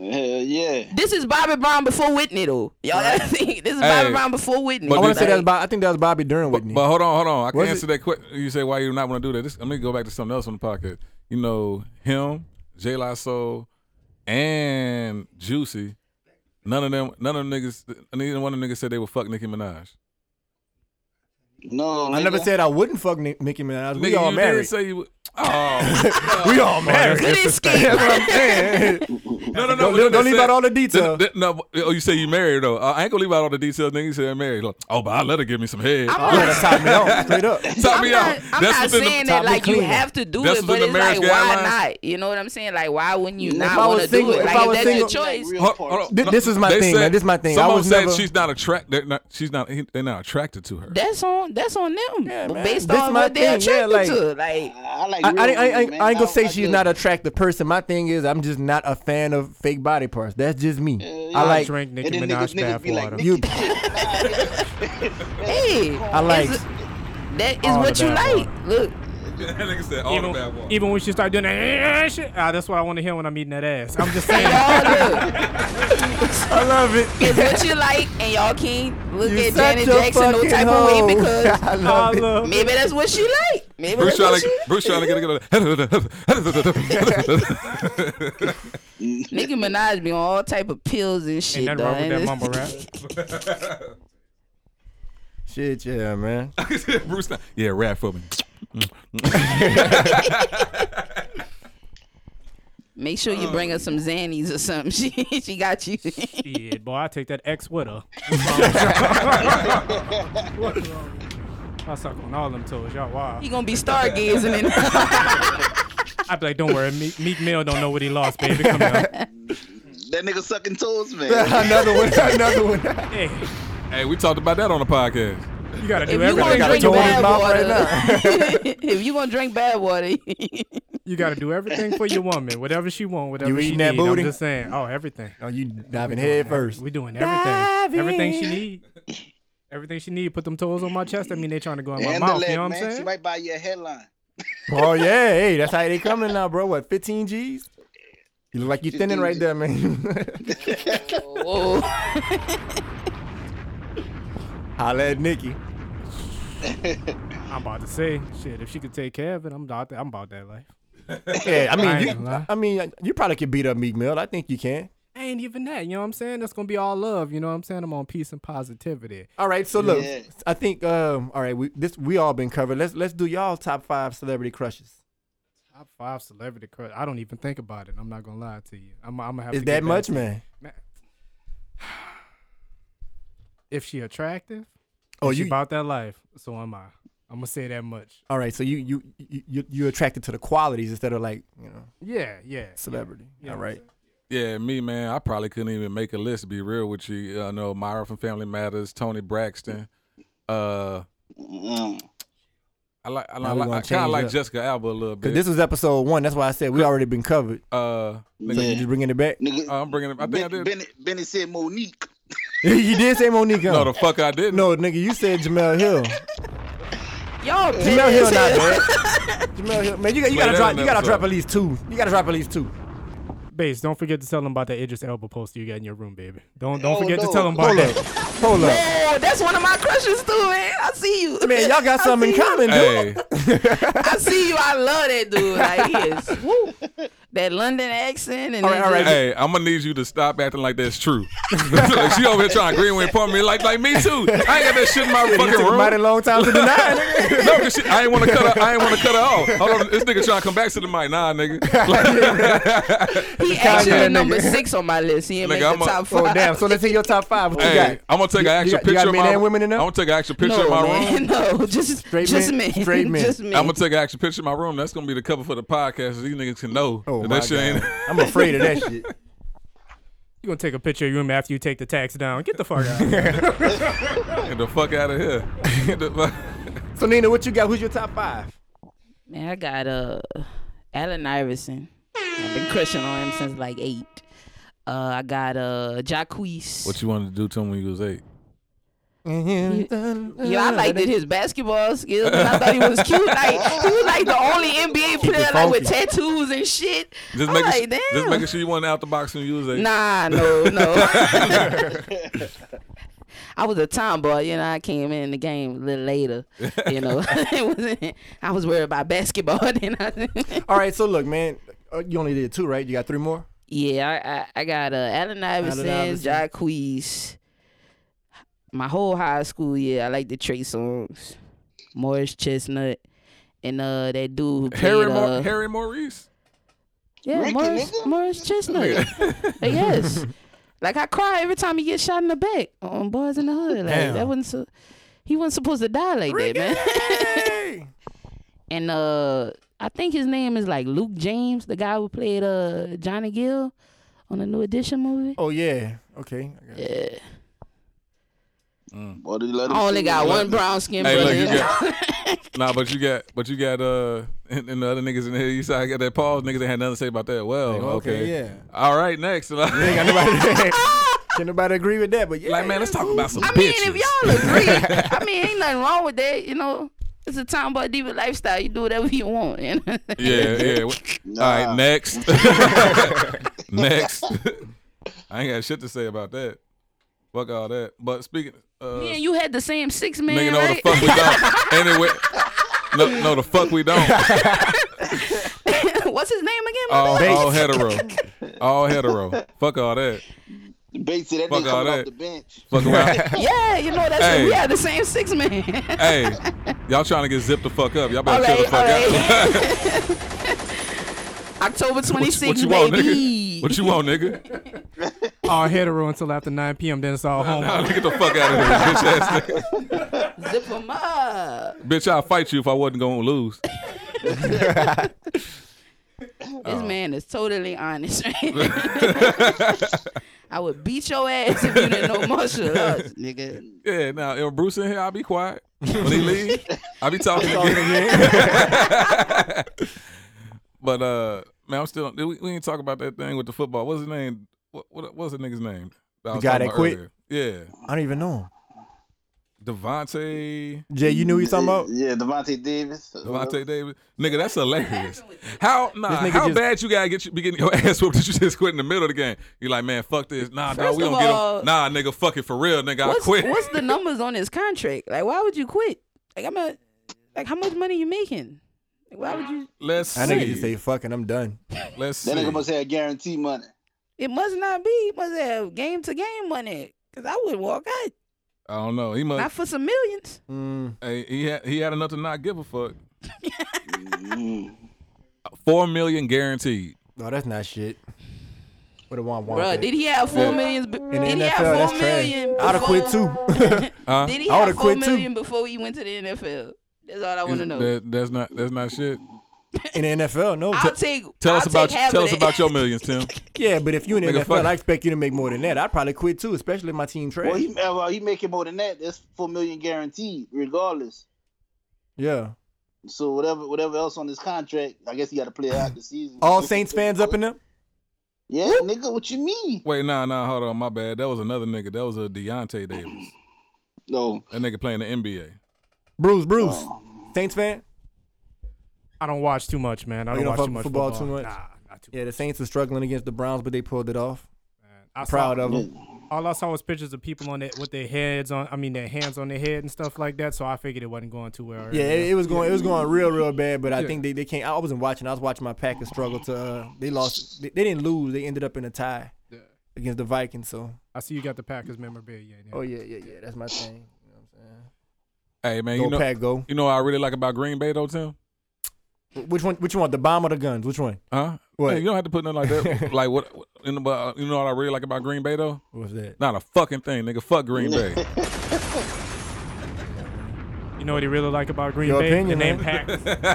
Speaker 6: Hell yeah.
Speaker 4: This is Bobby Brown before Whitney though. Y'all gotta *laughs* think this is
Speaker 3: Hey,
Speaker 4: Bobby Brown before Whitney.
Speaker 3: but
Speaker 2: I want to
Speaker 3: Like-
Speaker 2: say that's. Bob- I think that was Bobby Durant Whitney.
Speaker 3: But hold on, hold on. I can
Speaker 2: Was
Speaker 3: answer
Speaker 2: it-
Speaker 3: that quick. You say why you not want to do that. This, let me go back to something else on the podcast. You know him, Jay Lasso, and Juicy. None of them, none of them niggas, neither one of them niggas said they would fuck Nicki Minaj.
Speaker 6: No,
Speaker 2: I never
Speaker 6: nigga.
Speaker 2: said I wouldn't fuck Nick, Nicki Minaj. We
Speaker 3: Nigga,
Speaker 2: all
Speaker 3: you
Speaker 2: married.
Speaker 3: Didn't say you. would- Oh
Speaker 2: we all married.
Speaker 4: Good
Speaker 2: *laughs*
Speaker 4: escape.
Speaker 2: That's what I'm saying.
Speaker 3: no, no, no!
Speaker 2: Don't- *laughs*
Speaker 3: but
Speaker 2: don't
Speaker 3: they
Speaker 2: leave
Speaker 3: said-
Speaker 2: out all the details.
Speaker 3: Th- th- *laughs* no, but- oh, you say you married though. I ain't gonna leave out all the details. Nigga, you say I'm married. Like, oh, but I let her give me some head.
Speaker 4: I'm
Speaker 2: Oh, that's top me off, straight up.
Speaker 3: Top
Speaker 4: I'm
Speaker 3: me
Speaker 4: not,
Speaker 3: out.
Speaker 4: I'm
Speaker 3: That's
Speaker 4: not
Speaker 3: within the-
Speaker 4: saying
Speaker 2: top
Speaker 4: that
Speaker 2: me
Speaker 4: like you
Speaker 2: clean.
Speaker 4: have to do
Speaker 3: That's
Speaker 4: it, but
Speaker 3: within
Speaker 4: it's
Speaker 3: the
Speaker 4: like
Speaker 3: marriage guidelines.
Speaker 4: why not? You know what I'm saying? Like why wouldn't you
Speaker 2: I
Speaker 4: not
Speaker 2: was
Speaker 4: want to do
Speaker 2: single-
Speaker 4: it?
Speaker 2: if
Speaker 4: Like
Speaker 2: I
Speaker 4: if
Speaker 2: was
Speaker 4: that's your
Speaker 2: single-
Speaker 4: choice.
Speaker 6: Real
Speaker 3: Hold-
Speaker 6: part.
Speaker 3: hold on.
Speaker 2: Th- this is my
Speaker 3: They
Speaker 2: thing, man. This is my thing. I
Speaker 3: Someone
Speaker 2: was
Speaker 3: said
Speaker 2: never-
Speaker 3: she's not attracted. Not, she's not. he- They're not attracted to her.
Speaker 4: That's on that's on them. But
Speaker 2: man.
Speaker 4: Based
Speaker 2: That's
Speaker 4: on
Speaker 2: my
Speaker 4: what they're
Speaker 2: thing, yeah,
Speaker 4: attracted to. Like
Speaker 6: I like.
Speaker 2: I,
Speaker 6: real
Speaker 2: I, I, I, I ain't
Speaker 6: women, man.
Speaker 2: gonna
Speaker 6: don't
Speaker 2: say
Speaker 6: like
Speaker 2: she's
Speaker 6: the-
Speaker 2: not an attractive person. My thing is, I'm just not a fan of fake body parts. That's just me.
Speaker 6: yeah.
Speaker 2: I like,
Speaker 5: drink
Speaker 6: And
Speaker 5: Nicki
Speaker 6: then
Speaker 5: Minaj
Speaker 6: niggas, niggas
Speaker 5: bath
Speaker 6: be like,
Speaker 5: water.
Speaker 2: You-
Speaker 5: *laughs*
Speaker 6: Nicki, *laughs* shit.
Speaker 4: hey,
Speaker 2: I like.
Speaker 4: it's- that is
Speaker 5: All
Speaker 4: what
Speaker 5: the
Speaker 4: you
Speaker 5: bad
Speaker 2: *laughs*
Speaker 4: like. Look,
Speaker 3: that nigga said all the bad
Speaker 5: Even,
Speaker 3: ones.
Speaker 5: even when she start doing that shit, ah, that's what I want to hear when I'm eating that ass. I'm just
Speaker 2: *laughs*
Speaker 5: saying.
Speaker 4: y'all look.
Speaker 2: I love it.
Speaker 4: It's what you like, and y'all can't look
Speaker 2: You
Speaker 4: at
Speaker 2: such
Speaker 4: Janet
Speaker 2: a
Speaker 4: Jackson no
Speaker 2: fucking
Speaker 4: type
Speaker 2: hoe.
Speaker 4: of way because
Speaker 2: *laughs* I love it.
Speaker 5: Holla.
Speaker 4: maybe that's what she like. Maybe
Speaker 3: Bruce
Speaker 4: that's what
Speaker 3: trying
Speaker 4: she
Speaker 3: to Bruce trying to get a
Speaker 4: Nicki Minaj be on all type of pills and shit.
Speaker 5: Ain't nothing wrong with
Speaker 4: dawg.
Speaker 5: that mumble rap.
Speaker 2: Shit, yeah,
Speaker 4: *laughs*
Speaker 2: man.
Speaker 3: Bruce. not- *laughs* Yeah, rap for me.
Speaker 4: Make sure you bring her some Xannies or something. *laughs* She she got you.
Speaker 5: Shit, boy, I take that X with
Speaker 2: *laughs*
Speaker 5: her. *laughs* I suck on all them toes, y'all. Wow.
Speaker 4: you gonna *laughs* be stargazing and
Speaker 5: I'd be like, don't worry, Me- Meek Mill don't know what he lost, baby.
Speaker 2: *laughs*
Speaker 5: Come here.
Speaker 6: that nigga sucking toes, man.
Speaker 2: another *laughs* one. Another one.
Speaker 5: Hey,
Speaker 3: Hey, we talked about that on the podcast.
Speaker 5: you gotta
Speaker 4: if
Speaker 5: do
Speaker 4: you
Speaker 2: got
Speaker 4: gonna
Speaker 5: everything. You gotta,
Speaker 2: a
Speaker 4: drink
Speaker 2: toe in his
Speaker 4: bad
Speaker 2: mouth
Speaker 4: water,
Speaker 2: right
Speaker 4: *laughs* if you gonna drink bad water, *laughs*
Speaker 5: you gotta do everything for your woman, whatever she want, whatever she
Speaker 2: eating that
Speaker 5: need. I'm
Speaker 2: booty?
Speaker 5: just saying. Oh, everything.
Speaker 2: Oh, you diving head first.
Speaker 5: We doing everything, everything she need. Everything she need, put them toes on my chest. I mean, they trying to go in my
Speaker 6: and the
Speaker 5: mouth.
Speaker 6: leg,
Speaker 5: you know what I'm
Speaker 6: man. She
Speaker 5: saying?
Speaker 6: might buy you a headline.
Speaker 2: Oh yeah, hey, that's how they coming now, bro. What, 15 G's? You look like you thinning right there,
Speaker 4: *laughs*
Speaker 2: man. *laughs*
Speaker 4: Whoa.
Speaker 2: Holla at Nikki.
Speaker 5: I'm about to say, shit. If she could take care of it, I'm about that. I'm about that life.
Speaker 2: Yeah, I
Speaker 5: I
Speaker 2: mean,
Speaker 5: ain't gonna
Speaker 2: you,
Speaker 5: lie.
Speaker 2: I mean, you probably could beat up Meek Mill. I think you can.
Speaker 5: Ain't even that. You know what I'm saying? That's gonna be all love. You know what I'm saying? I'm on peace and positivity.
Speaker 2: All right, so look,
Speaker 6: Yeah.
Speaker 2: I think um, all right, we this we all been covered. Let's let's do y'all top five celebrity crushes.
Speaker 5: Top five celebrity crush. I don't even think about it. I'm not gonna lie to you. I'm, I'm gonna have
Speaker 2: Is
Speaker 5: to get
Speaker 2: that
Speaker 5: back
Speaker 2: much,
Speaker 5: to you.
Speaker 2: man?
Speaker 5: *sighs* If she attractive,
Speaker 2: Oh,
Speaker 5: if she
Speaker 2: you
Speaker 5: about that life. So am I. I'm gonna say that much.
Speaker 2: all right? So you you you you you're attracted to the qualities instead of like you know
Speaker 5: Yeah, yeah.
Speaker 2: celebrity.
Speaker 5: Yeah,
Speaker 2: all right.
Speaker 3: Yeah, me man, I probably couldn't even make a list. To be real with you, Uh, I know Myra from Family Matters, Tony Braxton. Uh,
Speaker 6: Mm.
Speaker 3: I like, I,
Speaker 2: Now we
Speaker 3: like,
Speaker 2: gonna
Speaker 3: I kind
Speaker 2: change
Speaker 3: of like
Speaker 2: up.
Speaker 3: Jessica Alba a little
Speaker 2: Cause
Speaker 3: bit.
Speaker 2: this was episode one. That's why I said we already been covered.
Speaker 3: uh,
Speaker 2: So you
Speaker 6: Yeah.
Speaker 2: just bringing it back. *laughs*
Speaker 6: Nigga,
Speaker 3: I'm bringing. it- Uh, I think I did.
Speaker 6: ben, Benny, Benny said Monique.
Speaker 2: you did say Monique. huh?
Speaker 3: no, the fuck I didn't.
Speaker 2: No, nigga, you said Jamel *laughs* Hill.
Speaker 4: Y'all
Speaker 2: Jamel Hill not
Speaker 4: bitches.
Speaker 2: bad. Jamel Hill, man, you, got- you
Speaker 3: Play
Speaker 2: gotta
Speaker 3: that
Speaker 2: drop. You gotta
Speaker 3: episode.
Speaker 2: drop at least two. You gotta drop at least two.
Speaker 5: Base, don't forget to tell them about that Idris Elba poster you got in your room, baby. Don't don't
Speaker 6: Oh,
Speaker 5: forget
Speaker 6: no.
Speaker 5: to tell them about
Speaker 2: Hold
Speaker 5: that.
Speaker 2: up. Hold up.
Speaker 4: Oh, that's one of my crushes too, man. I see you.
Speaker 2: Man, y'all got
Speaker 4: I
Speaker 2: something in
Speaker 4: see you.
Speaker 2: common, dude.
Speaker 3: Hey,
Speaker 4: *laughs* I see you. I love that dude. Like he *laughs* is. Woo. That London accent and
Speaker 2: All right,
Speaker 4: then
Speaker 2: all right.
Speaker 4: just-
Speaker 3: hey, I'm gonna need you to stop acting like that's true. *laughs* like she over here trying to greenway for me, like, like me too. I ain't got that shit in my
Speaker 2: It
Speaker 3: fucking
Speaker 2: took a
Speaker 3: room.
Speaker 2: mighty long time to *laughs* deny. nigga.
Speaker 3: no, 'cause she, I ain't want to cut her. I ain't want to cut her off. Hold on, this nigga trying to come back to the mic. Nah, nigga.
Speaker 4: He
Speaker 2: Kanye,
Speaker 4: actually
Speaker 2: that
Speaker 4: number
Speaker 2: nigga.
Speaker 4: six on my list. He ain't
Speaker 3: Nigga,
Speaker 4: make the
Speaker 3: I'm a-
Speaker 4: top five.
Speaker 2: Oh damn! So let's hit your top five. What you
Speaker 3: hey,
Speaker 2: got?
Speaker 3: I'm gonna take an
Speaker 2: You got-
Speaker 3: actual
Speaker 2: you
Speaker 3: picture
Speaker 2: got
Speaker 3: of
Speaker 2: men
Speaker 3: my.
Speaker 2: and women in
Speaker 3: I'm
Speaker 2: there?
Speaker 3: gonna take an actual picture of my
Speaker 2: No, man.
Speaker 4: *laughs*
Speaker 3: room.
Speaker 4: no, just
Speaker 2: Straight
Speaker 4: just
Speaker 2: men,
Speaker 4: men. *laughs*
Speaker 2: straight men.
Speaker 4: Just men.
Speaker 3: I'm gonna take an actual picture of my room. That's gonna be the cover for the podcast. So these niggas can know
Speaker 2: Oh
Speaker 3: that,
Speaker 2: my
Speaker 3: that shit ain't.
Speaker 2: God. I'm afraid of that *laughs* shit.
Speaker 5: You gonna take a picture of your room after you take the tax down. Get the fuck
Speaker 2: *laughs*
Speaker 5: out. of here.
Speaker 3: Get *laughs* the fuck out of here. *laughs* Get the fuck-
Speaker 2: So Nina, what you got? Who's your top five?
Speaker 4: Man, I got uh Allen Iverson. I've been crushing on him since like eight. Uh, I got uh Jacquees.
Speaker 3: what you wanted to do to him when you was eight?
Speaker 4: yeah, I liked it, his basketball skills, and I thought he was cute. Like he was like the only
Speaker 3: *laughs*
Speaker 4: NBA player like with tattoos and shit.
Speaker 3: Just
Speaker 4: I'm
Speaker 3: making,
Speaker 4: like,
Speaker 3: su-
Speaker 4: damn.
Speaker 3: just making sure you wasn't out the box when you was eight.
Speaker 4: Nah, no, no. *laughs* I was a tomboy, you know. I came in the game a little later, you *laughs* know. It wasn't- I was worried about basketball. *laughs* Then I,
Speaker 2: All right, so look, man, uh, you only did two, right? You got three more.
Speaker 4: yeah, I, I, I got uh, Allen Iverson,
Speaker 2: Iverson.
Speaker 4: Jacquees. My whole high school year, I like the Trey songs, Morris Chestnut, and uh that dude who played
Speaker 3: Harry, Mor-
Speaker 4: uh,
Speaker 3: Harry Maurice.
Speaker 4: yeah
Speaker 6: Ricky,
Speaker 4: Morris
Speaker 6: nigga.
Speaker 4: Morris Chestnut. Like, *laughs* yes. Like I cry every time he gets shot in the back on Boys in the Hood. Like
Speaker 2: Damn.
Speaker 4: that wasn't so, he wasn't supposed to die like that, man. *laughs* and uh I think his name is like Luke James, the guy who played uh Johnny Gill on the new edition movie.
Speaker 2: Oh yeah. Okay. I got it.
Speaker 4: Yeah.
Speaker 6: Boy, they let him
Speaker 4: I only
Speaker 6: shoot.
Speaker 4: got one brown skin
Speaker 3: Hey,
Speaker 4: brother.
Speaker 3: look, you got. *laughs* Nah, but you got, but you got, uh, and, and the other niggas in here. You said I got that pause. Niggas ain't had nothing to say about that. Well, okay,
Speaker 2: okay, yeah.
Speaker 3: All right, next. Like,
Speaker 2: Ain't got nobody. Can nobody agree with that? But yeah,
Speaker 3: man, let's talk about some
Speaker 4: I mean, if
Speaker 3: bitches.
Speaker 4: y'all agree, I mean, ain't nothing wrong with that. You know, it's a tomboy diva lifestyle. You do whatever *laughs* you want. You know?
Speaker 3: *laughs* yeah, yeah.
Speaker 6: Nah.
Speaker 3: All right, next. *laughs* next. *laughs* I ain't got shit to say about that. Fuck all that. But speaking, uh,
Speaker 4: Me and you had the same six man,
Speaker 3: nigga, no,
Speaker 4: right?
Speaker 3: the fuck we don't. anyway, no, no, the fuck we don't.
Speaker 4: *laughs* What's his name again? my
Speaker 3: All,
Speaker 4: bad?
Speaker 3: all hetero. All hetero. Fuck all that.
Speaker 6: Bates said that
Speaker 3: Fuck
Speaker 6: nigga
Speaker 3: all
Speaker 6: coming
Speaker 3: that.
Speaker 6: off the bench.
Speaker 3: Fuck around.
Speaker 4: Yeah, you know that's
Speaker 3: Hey.
Speaker 4: it. we had the same six man. *laughs*
Speaker 3: hey, y'all trying to get zipped the fuck up. Y'all
Speaker 4: all
Speaker 3: better chill the
Speaker 4: right, all
Speaker 3: fuck out.
Speaker 4: *laughs* right. October twenty
Speaker 3: What,
Speaker 4: sixth,
Speaker 3: you want,
Speaker 4: baby.
Speaker 3: nigga? What you want, nigga? *laughs*
Speaker 5: all hetero until after 9 p.m. Then it's all home.
Speaker 3: Nah, nigga, get the fuck out of here, bitch ass nigga.
Speaker 4: Zip 'em up.
Speaker 3: Bitch, I'll fight you if I wasn't gonna lose. Oh.
Speaker 4: This man is totally honest. *laughs*
Speaker 3: *laughs*
Speaker 4: I would beat your ass if you didn't know martial arts, nigga.
Speaker 3: *laughs* Yeah, now if Bruce in here, I'll be quiet. When he leave, I'll be talking again. *laughs* but uh, man, I'm still. We, we ain't talk about that thing with the football. What's his name? What what, what was the nigga's name? I was
Speaker 2: guy
Speaker 3: talking
Speaker 2: that
Speaker 3: about
Speaker 2: quit?
Speaker 3: earlier? Yeah,
Speaker 2: I don't even know.
Speaker 3: Devontae,
Speaker 2: Jay, you knew what you talking about?
Speaker 6: Yeah, Devontae Davis.
Speaker 3: Devontae Davis. Nigga, that's hilarious. How nah,
Speaker 2: This nigga
Speaker 3: how
Speaker 2: just-
Speaker 3: bad you gotta get you, be getting your ass whooped that you just quit in the middle of the game? You like, man, fuck this. Nah, dog,
Speaker 4: First
Speaker 3: we
Speaker 4: of
Speaker 3: don't get
Speaker 4: all-
Speaker 3: him. Nah, nigga, fuck it for real, nigga. I
Speaker 4: What's,
Speaker 3: quit.
Speaker 4: what's the numbers on his contract? Like, why would you quit? Like, I'm a, like, how much money you making? Like, why would you?
Speaker 3: Let's
Speaker 2: I nigga just
Speaker 3: see.
Speaker 2: say fucking, I'm done.
Speaker 3: Let's
Speaker 6: That nigga
Speaker 3: see.
Speaker 6: must have guarantee money.
Speaker 4: It must not be. It must have game to game money. Cause I would walk out,
Speaker 3: I don't know. He
Speaker 4: not
Speaker 3: must.
Speaker 4: for some millions.
Speaker 2: Mm,
Speaker 3: hey, he had he had enough to not give a fuck.
Speaker 6: Mm.
Speaker 3: Four million guaranteed.
Speaker 2: No, that's not shit. What a want want.
Speaker 4: Bruh, did he have four
Speaker 3: Yeah.
Speaker 4: millions? b-
Speaker 2: in the
Speaker 4: Did he
Speaker 2: NFL,
Speaker 4: have
Speaker 2: that's
Speaker 4: four
Speaker 2: trash.
Speaker 4: million?
Speaker 2: I'd have quit
Speaker 4: before-
Speaker 2: too.
Speaker 3: Huh?
Speaker 4: Did he
Speaker 2: I
Speaker 4: have
Speaker 2: would've
Speaker 4: four
Speaker 2: quit too.
Speaker 4: million before he went to the NFL? That's all I want to know.
Speaker 3: That, that's not that's not shit.
Speaker 2: *laughs* in the NFL, no.
Speaker 4: I'll take.
Speaker 3: Tell us
Speaker 4: I'll
Speaker 3: about
Speaker 4: take half
Speaker 3: tell
Speaker 4: of
Speaker 3: us
Speaker 4: that.
Speaker 3: about your millions, Tim.
Speaker 2: yeah, but if you in the
Speaker 3: Nigga,
Speaker 2: NFL,
Speaker 3: fuck.
Speaker 2: I expect you to make more than that. I'd probably quit too, especially if my team trash.
Speaker 6: Well, he uh, well, he making more than that. That's four million guaranteed, regardless.
Speaker 2: yeah.
Speaker 6: So whatever whatever else on this contract, I guess he got to play out the season.
Speaker 2: All Saints fans up in there?
Speaker 6: Yeah, nigga, what you mean?
Speaker 3: Wait, nah, nah, hold on, my bad. That was another nigga. That was a Deontay Davis.
Speaker 6: No,
Speaker 3: That nigga playing the NBA.
Speaker 2: Bruce, Bruce. Saints fan?
Speaker 5: I don't watch too much, man. I
Speaker 2: Oh,
Speaker 5: don't,
Speaker 2: you don't
Speaker 5: watch
Speaker 2: fuck
Speaker 5: too much
Speaker 2: football
Speaker 5: football,
Speaker 2: too much?
Speaker 5: Nah, not too
Speaker 2: Yeah, the Saints were struggling against the Browns, but they pulled it off.
Speaker 5: much. I
Speaker 2: Proud
Speaker 5: saw,
Speaker 2: of them.
Speaker 5: All I saw was pictures of people on it with their heads on. I mean, their hands on their head and stuff like that. So I figured it wasn't going too well.
Speaker 2: Yeah, it, it was going, it was going real, real bad. But I think they, they can't. I wasn't watching. I was watching my Packers struggle to. Uh, they lost. They, they didn't lose. They ended up in a tie against the Vikings. So.
Speaker 5: I see you got the Packers memorabilia. Yeah,
Speaker 2: Oh yeah, yeah, yeah. That's my thing.
Speaker 3: Hey man,
Speaker 2: Go
Speaker 3: you know
Speaker 2: Pack, go.
Speaker 3: you know what I really like about Green Bay though, Tim?
Speaker 2: Which one? Which one? The bomb or the guns? Which one?
Speaker 3: Huh?
Speaker 2: What?
Speaker 3: Hey, you don't have to put nothing like
Speaker 2: *laughs*
Speaker 3: that. like what? what- You know, but, you know what I really like about Green Bay though?
Speaker 2: What was that?
Speaker 3: Not a fucking thing, nigga. Fuck Green Bay.
Speaker 5: You know what he really like about Green
Speaker 2: Your
Speaker 5: Bay?
Speaker 2: opinion,
Speaker 5: the name
Speaker 2: man.
Speaker 5: Packers.
Speaker 3: *laughs*
Speaker 2: That's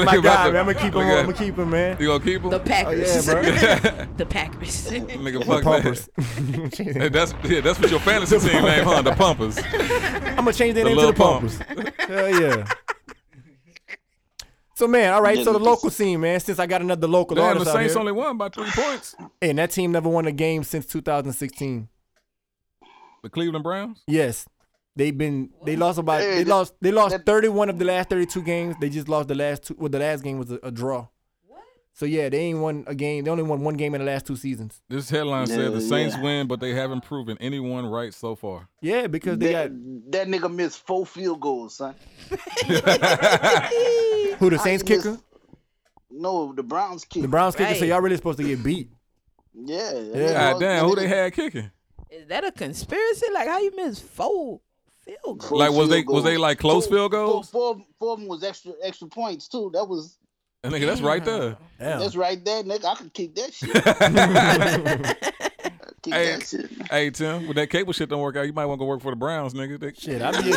Speaker 2: Oh my
Speaker 3: Look at
Speaker 2: guy,
Speaker 3: that.
Speaker 2: man. I'm gonna keep him.
Speaker 3: Look
Speaker 2: I'm
Speaker 3: at-
Speaker 2: gonna keep him, man.
Speaker 3: *laughs* You gonna keep
Speaker 4: *laughs*
Speaker 3: him?
Speaker 4: the Packers.
Speaker 2: Oh,
Speaker 4: *laughs* the Packers. *laughs*
Speaker 3: nigga,
Speaker 2: The
Speaker 3: fuck
Speaker 2: pumpers.
Speaker 3: *laughs* that. Hey, that's yeah, that's what your
Speaker 2: *laughs*
Speaker 3: fantasy team name, huh? The Pumpers.
Speaker 2: I'm gonna change that
Speaker 3: The
Speaker 2: name to
Speaker 3: Lil
Speaker 2: the pumpers. Hell
Speaker 3: *laughs*
Speaker 2: yeah. So man, all right. So the local scene, man. Since I got another local
Speaker 3: Damn, the
Speaker 2: artist out
Speaker 3: Saints
Speaker 2: here,
Speaker 3: only won by three points.
Speaker 2: and that team never won a game since 2016.
Speaker 3: The Cleveland Browns.
Speaker 2: Yes, they've been. They lost about.
Speaker 6: Hey,
Speaker 2: They
Speaker 6: that-
Speaker 2: lost. They lost
Speaker 6: that-
Speaker 2: 31 of the last 32 games. They just lost the last two. Well, the last game was a, a draw. So yeah, they ain't won a game. They only won one game in the last two seasons.
Speaker 3: This headline
Speaker 6: Yeah,
Speaker 3: said the Saints
Speaker 6: yeah.
Speaker 3: win, but they haven't proven anyone right so far.
Speaker 2: Yeah, because they got
Speaker 6: that, that nigga missed four field goals, son.
Speaker 2: who the Saints
Speaker 6: He missed-
Speaker 2: kicker,
Speaker 6: No, the Browns kicker.
Speaker 2: the Browns kicker. So
Speaker 4: Right.
Speaker 2: y'all really supposed to get beat.
Speaker 6: Yeah,
Speaker 2: Yeah.
Speaker 6: that nigga
Speaker 3: God
Speaker 6: was-
Speaker 3: damn,
Speaker 6: that
Speaker 3: who
Speaker 6: nigga-
Speaker 3: they had kicking?
Speaker 4: Is that a conspiracy? Like, how you miss four field goals?
Speaker 6: four
Speaker 3: Like, was
Speaker 6: field
Speaker 3: they- was they, like, close
Speaker 6: Four-
Speaker 3: field goals?
Speaker 6: Four, four, four of them was extra extra points too. That was
Speaker 3: And nigga, that's right there.
Speaker 2: Damn.
Speaker 6: that's right there, nigga. I could kick
Speaker 3: *laughs*
Speaker 6: that shit. kick
Speaker 3: Hey.
Speaker 6: that shit.
Speaker 3: Hey Tim, when that cable shit don't work out, you might want to go work for the Browns, nigga. They,
Speaker 2: Shit, I be
Speaker 6: Yeah, go *laughs*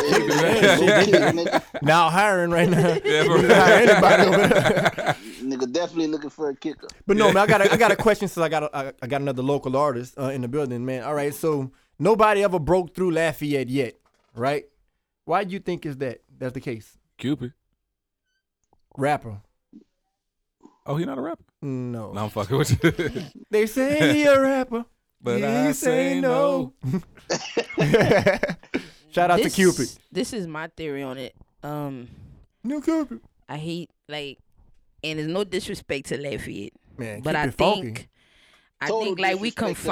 Speaker 6: kick, nigga.
Speaker 2: now hiring right now. *laughs*
Speaker 3: *laughs* Yeah, for
Speaker 2: Hire anybody over there.
Speaker 6: *laughs* Nigga definitely looking for a kicker.
Speaker 2: But no, man, I got a, I
Speaker 3: *laughs*
Speaker 2: got a question since I got a, I, I got another local artist uh, in the building, man. All right, so nobody ever broke through Lafayette yet, right? Why do you think is that? That's the case.
Speaker 3: Cupid.
Speaker 2: Rapper.
Speaker 3: Oh, he not a rapper.
Speaker 2: No.
Speaker 3: No, I'm fucking with you. *laughs*
Speaker 2: They say he a rapper,
Speaker 3: But
Speaker 2: he
Speaker 3: I say no.
Speaker 2: *laughs* Shout out
Speaker 4: This-
Speaker 2: to Cupid.
Speaker 4: This is my theory on it. Um,
Speaker 2: New Cupid.
Speaker 4: I hate like, and there's no disrespect to Lafayette,
Speaker 2: Man,
Speaker 4: but I
Speaker 2: Cupid funky.
Speaker 4: think, I
Speaker 6: Total
Speaker 4: think like we
Speaker 6: disrespect to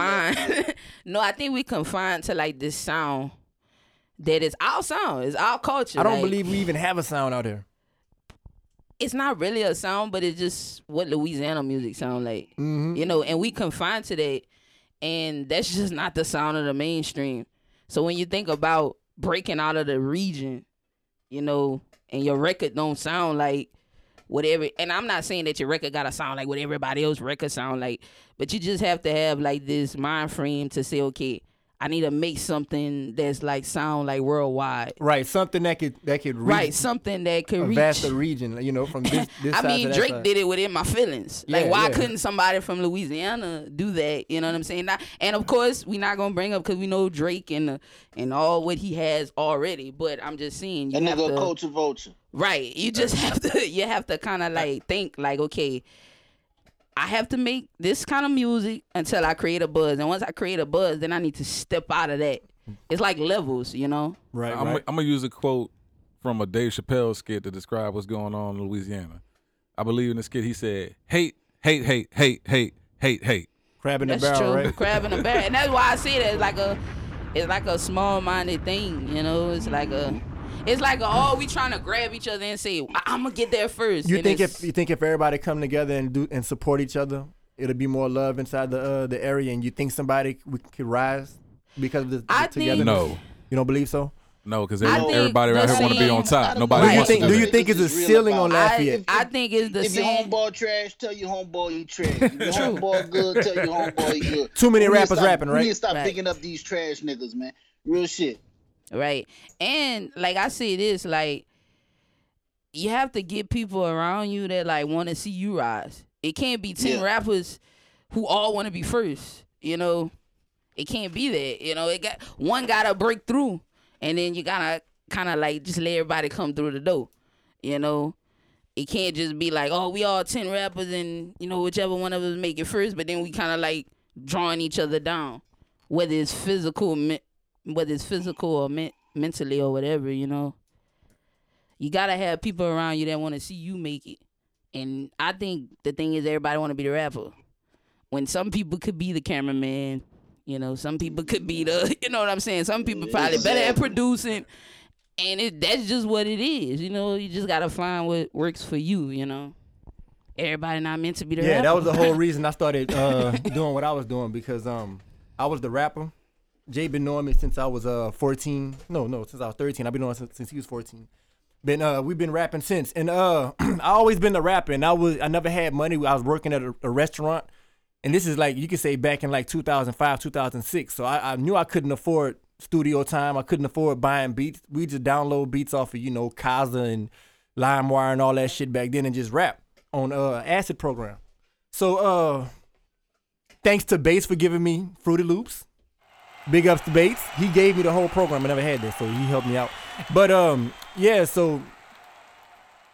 Speaker 4: confined. *laughs* no, I think we confined to like this sound that is our sound, it's our culture.
Speaker 2: I don't
Speaker 4: like,
Speaker 2: believe we even have a sound out here.
Speaker 4: it's not really a sound, but it's just what Louisiana music sound like. You know, and we confined to that, and that's *laughs* just not the sound of the mainstream. So when you think about breaking out of the region, you know, and your record don't sound like whatever and I'm not saying that your record gotta sound like what everybody else record sound like, but you just have to have like this mind frame to say, okay, I need to make something that's like sound like worldwide.
Speaker 2: Right, something that could that could reach
Speaker 4: Right, something that could
Speaker 2: a
Speaker 4: reach
Speaker 2: vaster region, you know, from
Speaker 4: *laughs*
Speaker 2: this, this
Speaker 4: I
Speaker 2: side to
Speaker 4: mean,
Speaker 2: that
Speaker 4: Drake
Speaker 2: side.
Speaker 4: did it within my feelings. Like,
Speaker 2: Yeah,
Speaker 4: why
Speaker 2: yeah.
Speaker 4: couldn't somebody from Louisiana do that? You know what I'm saying? Not, and of course, we're not gonna bring up because we know Drake and uh, and all what he has already. But I'm just saying, you
Speaker 6: That
Speaker 4: have
Speaker 6: nigga
Speaker 4: to,
Speaker 6: a culture vulture.
Speaker 4: right? You just *laughs* have to, you have to kind of like think, like, okay, I have to make this kind of music until I create a buzz, and once I create a buzz, then I need to step out of that. It's like levels, you know.
Speaker 2: Right,
Speaker 3: I'm, I'm gonna use a quote from a Dave Chappelle skit to describe what's going on in Louisiana. I believe in the skit he said, "Hate, hate, hate, hate, hate, hate, hate."
Speaker 2: Crab in the
Speaker 4: That's
Speaker 2: barrel,
Speaker 4: true. *laughs*
Speaker 2: right?
Speaker 4: Crab in a barrel, and that's why I see it as like a, it's like a small-minded thing, you know. It's like a,
Speaker 2: Mm-hmm.
Speaker 4: it's like a, oh, we trying to grab each other and say, I'm gonna get there first.
Speaker 2: You
Speaker 4: and
Speaker 2: think
Speaker 4: it's-
Speaker 2: if you think if everybody come together and do and support each other, it'll be more love inside the uh, the area, and you think somebody we could rise because of this
Speaker 4: I think-
Speaker 2: together?
Speaker 3: No,
Speaker 2: You don't believe so?
Speaker 3: no, because
Speaker 4: I
Speaker 3: everybody,
Speaker 4: think
Speaker 3: everybody
Speaker 4: the
Speaker 3: around here want to be
Speaker 4: same-
Speaker 3: on top.
Speaker 6: Right.
Speaker 3: Nobody
Speaker 2: Do you
Speaker 3: wants
Speaker 2: think
Speaker 3: to
Speaker 2: do
Speaker 3: do
Speaker 2: you
Speaker 3: that.
Speaker 2: think it's a
Speaker 6: It's real
Speaker 2: ceiling on
Speaker 4: I,
Speaker 2: Lafayette?
Speaker 4: I think it's the
Speaker 6: If your
Speaker 4: same.
Speaker 6: homeboy trash, tell your homeboy you trash.
Speaker 2: *laughs*
Speaker 6: If your homeboy good, tell your homeboy he good.
Speaker 2: Too many
Speaker 6: We need to
Speaker 2: rappers
Speaker 6: stop-
Speaker 2: rapping, right?
Speaker 6: We need to stop
Speaker 4: Right.
Speaker 6: picking up these trash niggas, man. Real shit.
Speaker 4: right? And like I say this, like you have to get people around you that like want to see you rise. It can't be ten
Speaker 6: Yeah.
Speaker 4: rappers who all want to be first. You know, it can't be that. You know, it got one gotta break through, and then you gotta kind of like just let everybody come through the door. You know. It can't just be like, oh, we all ten rappers, and you know whichever one of us make it first, but then we kind of like drawing each other down, whether it's physical, me- whether it's physical or men- mentally or whatever, you know. You gotta have people around you that want to see you make it, and I think the thing is everybody want to be the rapper. When some people could be the cameraman, you know, some people could be the, *laughs* you know what I'm saying. Some people probably better at producing, and it that's just what it is. You know, you just gotta find what works for you. You know, everybody not meant to be the
Speaker 2: Yeah,
Speaker 4: rapper.
Speaker 2: that was the whole reason I started
Speaker 4: *laughs*
Speaker 2: uh, doing what I was doing because um, I was the rapper. Jay been knowing me since I was uh 14. No, no, since I was 13. I've been knowing since, since he was 14. Been uh, we've been rapping since, and uh, *clears throat* I always been a rapper. And I was I never had money. I was working at a, a restaurant, and this is like you could say back in like 2005, 2006. So I, I knew I couldn't afford studio time. I couldn't afford buying beats. We just download beats off of you know Kaza and LimeWire and all that shit back then, and just rap on uh acid program. So uh thanks to Bates for giving me Fruity Loops. Big ups to Bates. He gave me the whole program. I never had that, so he helped me out. But um yeah, so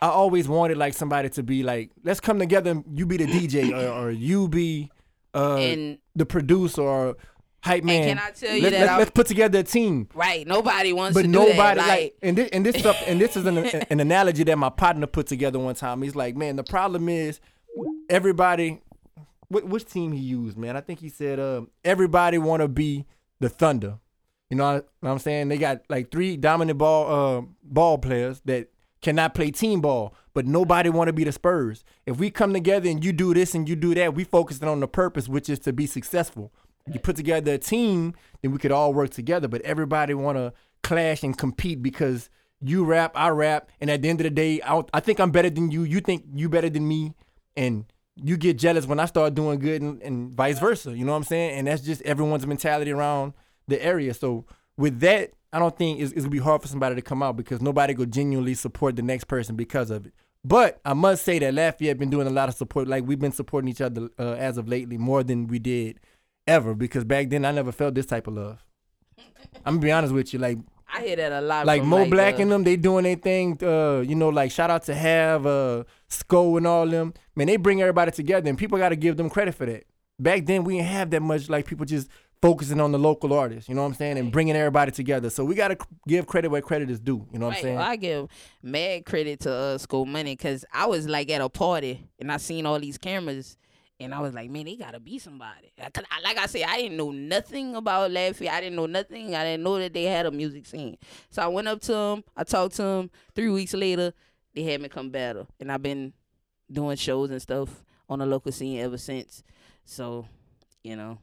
Speaker 2: I always wanted like somebody to be like, let's come together and you be the DJ or, or you be uh
Speaker 4: And-
Speaker 2: the producer or hype man.
Speaker 4: can I tell you
Speaker 2: Let-
Speaker 4: that
Speaker 2: let's,
Speaker 4: I'm-
Speaker 2: let's put together a team
Speaker 4: right. Nobody wants
Speaker 2: but
Speaker 4: to
Speaker 2: nobody
Speaker 4: do that.
Speaker 2: like, and this and this stuff and this is
Speaker 4: *laughs*
Speaker 2: an, an analogy that my partner put together one time. He's like, man, the problem is everybody. What which team he used, man? I think he said um, everybody want to be the Thunder. You know what I'm saying? They got like three dominant ball uh, ball players that cannot play team ball, but nobody want to be the Spurs. If we come together and you do this and you do that, we focusing on the purpose, which is to be successful. You put together a team, then we could all work together. But everybody want to clash and compete because you rap, I rap, and at the end of the day, I, I think I'm better than you. You think you better than me, and you get jealous when I start doing good, and, and vice versa. You know what I'm saying? And that's just everyone's mentality around the area. So with that, I don't think it's, it's gonna be hard for somebody to come out because nobody could genuinely support the next person because of it. But I must say that Lafayette been doing a lot of support. Like we've been supporting each other uh, as of lately more than we did ever because back then I never felt this type of love. I'm gonna be honest with you, like
Speaker 4: I hear that a lot.
Speaker 2: like
Speaker 4: from,
Speaker 2: Mo Black
Speaker 4: uh,
Speaker 2: and them, they doing their thing. Uh, you know, like shout out to Have, uh, Sko and all them. Man, they bring everybody together, and people got to give them credit for that. Back then, we didn't have that much. Like people just focusing on the local artists. You know what I'm saying? And bringing everybody together. So we got to give credit where credit is due. You know what I'm
Speaker 4: Right.
Speaker 2: saying?
Speaker 4: Well, I give mad credit to uh, School Money because I was like at a party and I seen all these cameras and I was like, man, they gotta be somebody. I- 'cause I- like I said, I didn't know nothing about Lafayette. I didn't know nothing. I didn't know that they had a music scene. So I went up to them. I talked to them. Three weeks later, they had me come battle, and I've been doing shows and stuff on the local scene ever since. So, you know,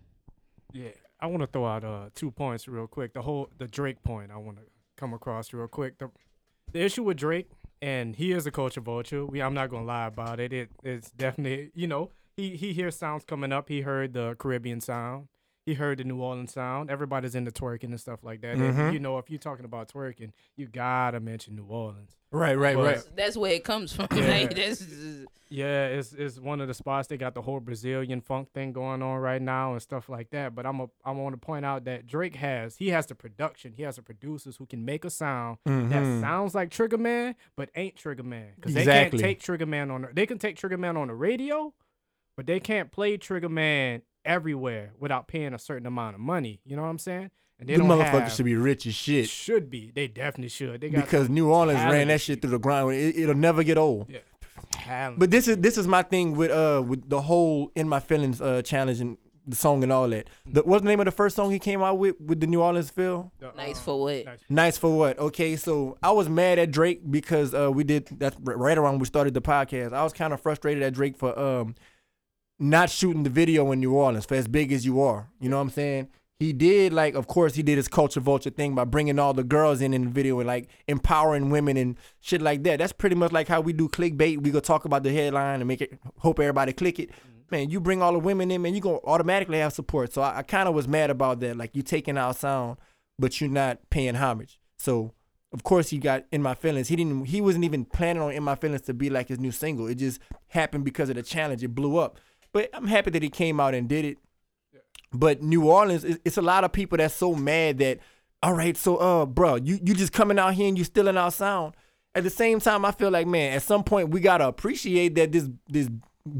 Speaker 5: Yeah, I want to throw out uh two points real quick. The whole the Drake point I want to come across real quick. The the issue with Drake and he is a culture vulture. We I'm not gonna lie about it. It it's definitely you know he he hears sounds coming up. He heard the Caribbean sound. He heard the New Orleans sound. Everybody's into twerking and stuff like that. And, you know, if you're talking about twerking, you gotta mention New Orleans.
Speaker 2: right, right,
Speaker 5: But-
Speaker 2: right.
Speaker 4: that's where it comes from. *laughs* like, that's
Speaker 5: Yeah, it's it's one of the spots. They got the whole Brazilian funk thing going on right now and stuff like that. But I'm a, I want to point out that Drake has he has the production, he has the producers who can make a sound that sounds like Trigger Man, but ain't Trigger Man because
Speaker 2: Mm-hmm. Exactly.
Speaker 5: they can't take Trigger Man on. the- They can take Trigger Man on the radio, but they can't play Trigger Man everywhere without paying a certain amount of money. You know what I'm saying? And they
Speaker 2: The
Speaker 5: don't
Speaker 2: motherfuckers
Speaker 5: have,
Speaker 2: should be rich as shit.
Speaker 5: Should be. They definitely should. They got
Speaker 2: because
Speaker 5: some
Speaker 2: New Orleans ran
Speaker 5: talent.
Speaker 2: that shit through the ground. It, it'll never get old.
Speaker 5: Yeah. talent.
Speaker 2: But this is this is my thing with uh with the whole in my feelings uh challenge and the song and all that. The, what's the name of the first song he came out with with the New Orleans feel?
Speaker 5: The,
Speaker 4: Nice
Speaker 5: uh,
Speaker 4: for what?
Speaker 5: nice.
Speaker 2: Nice for what? Okay, so I was mad at Drake because uh we did that's r- right around when we started the podcast. I was kind of frustrated at Drake for um not shooting the video in New Orleans for as big as you are. You know what I'm saying? He did like, of course, he did his culture vulture thing by bringing all the girls in in the video and like empowering women and shit like that. That's pretty much like how we do clickbait. We go talk about the headline and make it hope everybody click it. Man, you bring all the women in, man, you gonna automatically have support. So I, I kind of was mad about that. Like you taking our sound, but you're not paying homage. So of course he got in my feelings. He didn't. He wasn't even planning on in my feelings to be like his new single. It just happened because of the challenge. It blew up. But I'm happy that he came out and did it. But New Orleans, it- it's a lot of people that's so mad that, all right, so uh, bro, you you just coming out here and you stealing our sound. At the same time, I feel like man, at some point we gotta appreciate that this this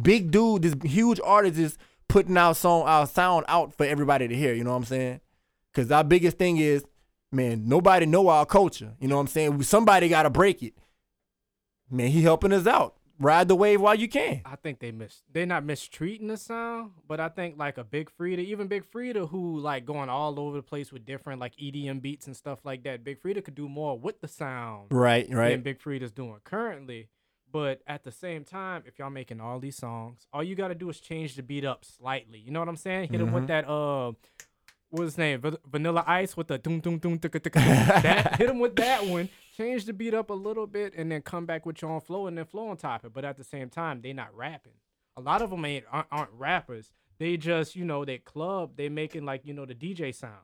Speaker 2: big dude, this huge artist is putting our song, our sound out for everybody to hear. You know what I'm saying? Cause our biggest thing is, man, nobody know our culture. You know what I'm saying? Somebody gotta break it. Man, he helping us out. Ride the wave while you can.
Speaker 5: I think they miss. They're not mistreating the sound, but I think like a Big Frida, even Big Frida, who like going all over the place with different like EDM beats and stuff like that. Big Frida could do more with the sound
Speaker 2: Right,
Speaker 5: than Big Frida's doing currently. But at the same time, if y'all making all these songs, all you gotta do is change the beat up slightly. You know what I'm saying? Hit him
Speaker 2: Mm-hmm.
Speaker 5: with that uh, what's his name? Va- Vanilla Ice with the doom doom doom
Speaker 2: *laughs*
Speaker 5: ticka ticka. doom. That hit him with that one. Change the beat up a little bit, and then come back with your own flow, and then flow on top of it. But at the same time, they not rapping. A lot of them ain't aren't, aren't rappers. They just you know they club. They making like you know the DJ sound.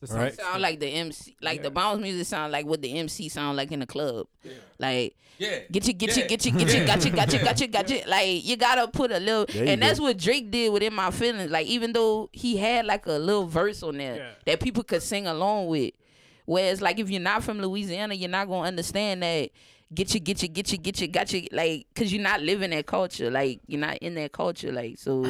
Speaker 5: to some
Speaker 2: Right.
Speaker 4: Sound like the MC, like the bounce music sound like what the MC sound like in the club. Like
Speaker 3: Yeah.
Speaker 4: Get you, get
Speaker 3: Yeah.
Speaker 4: you, get you, get you, got you, got you, got you, got you. Like you gotta put a little,
Speaker 2: you
Speaker 4: and that's
Speaker 2: go.
Speaker 4: what Drake did within my feelings. Like even though he had like a little verse on there
Speaker 5: Yeah.
Speaker 4: that people could sing along with, whereas like if you're not from Louisiana, you're not gonna understand that. Get you, get you, get you, get you, got you. Like because you're not living that culture. Like you're not in that culture. Like so.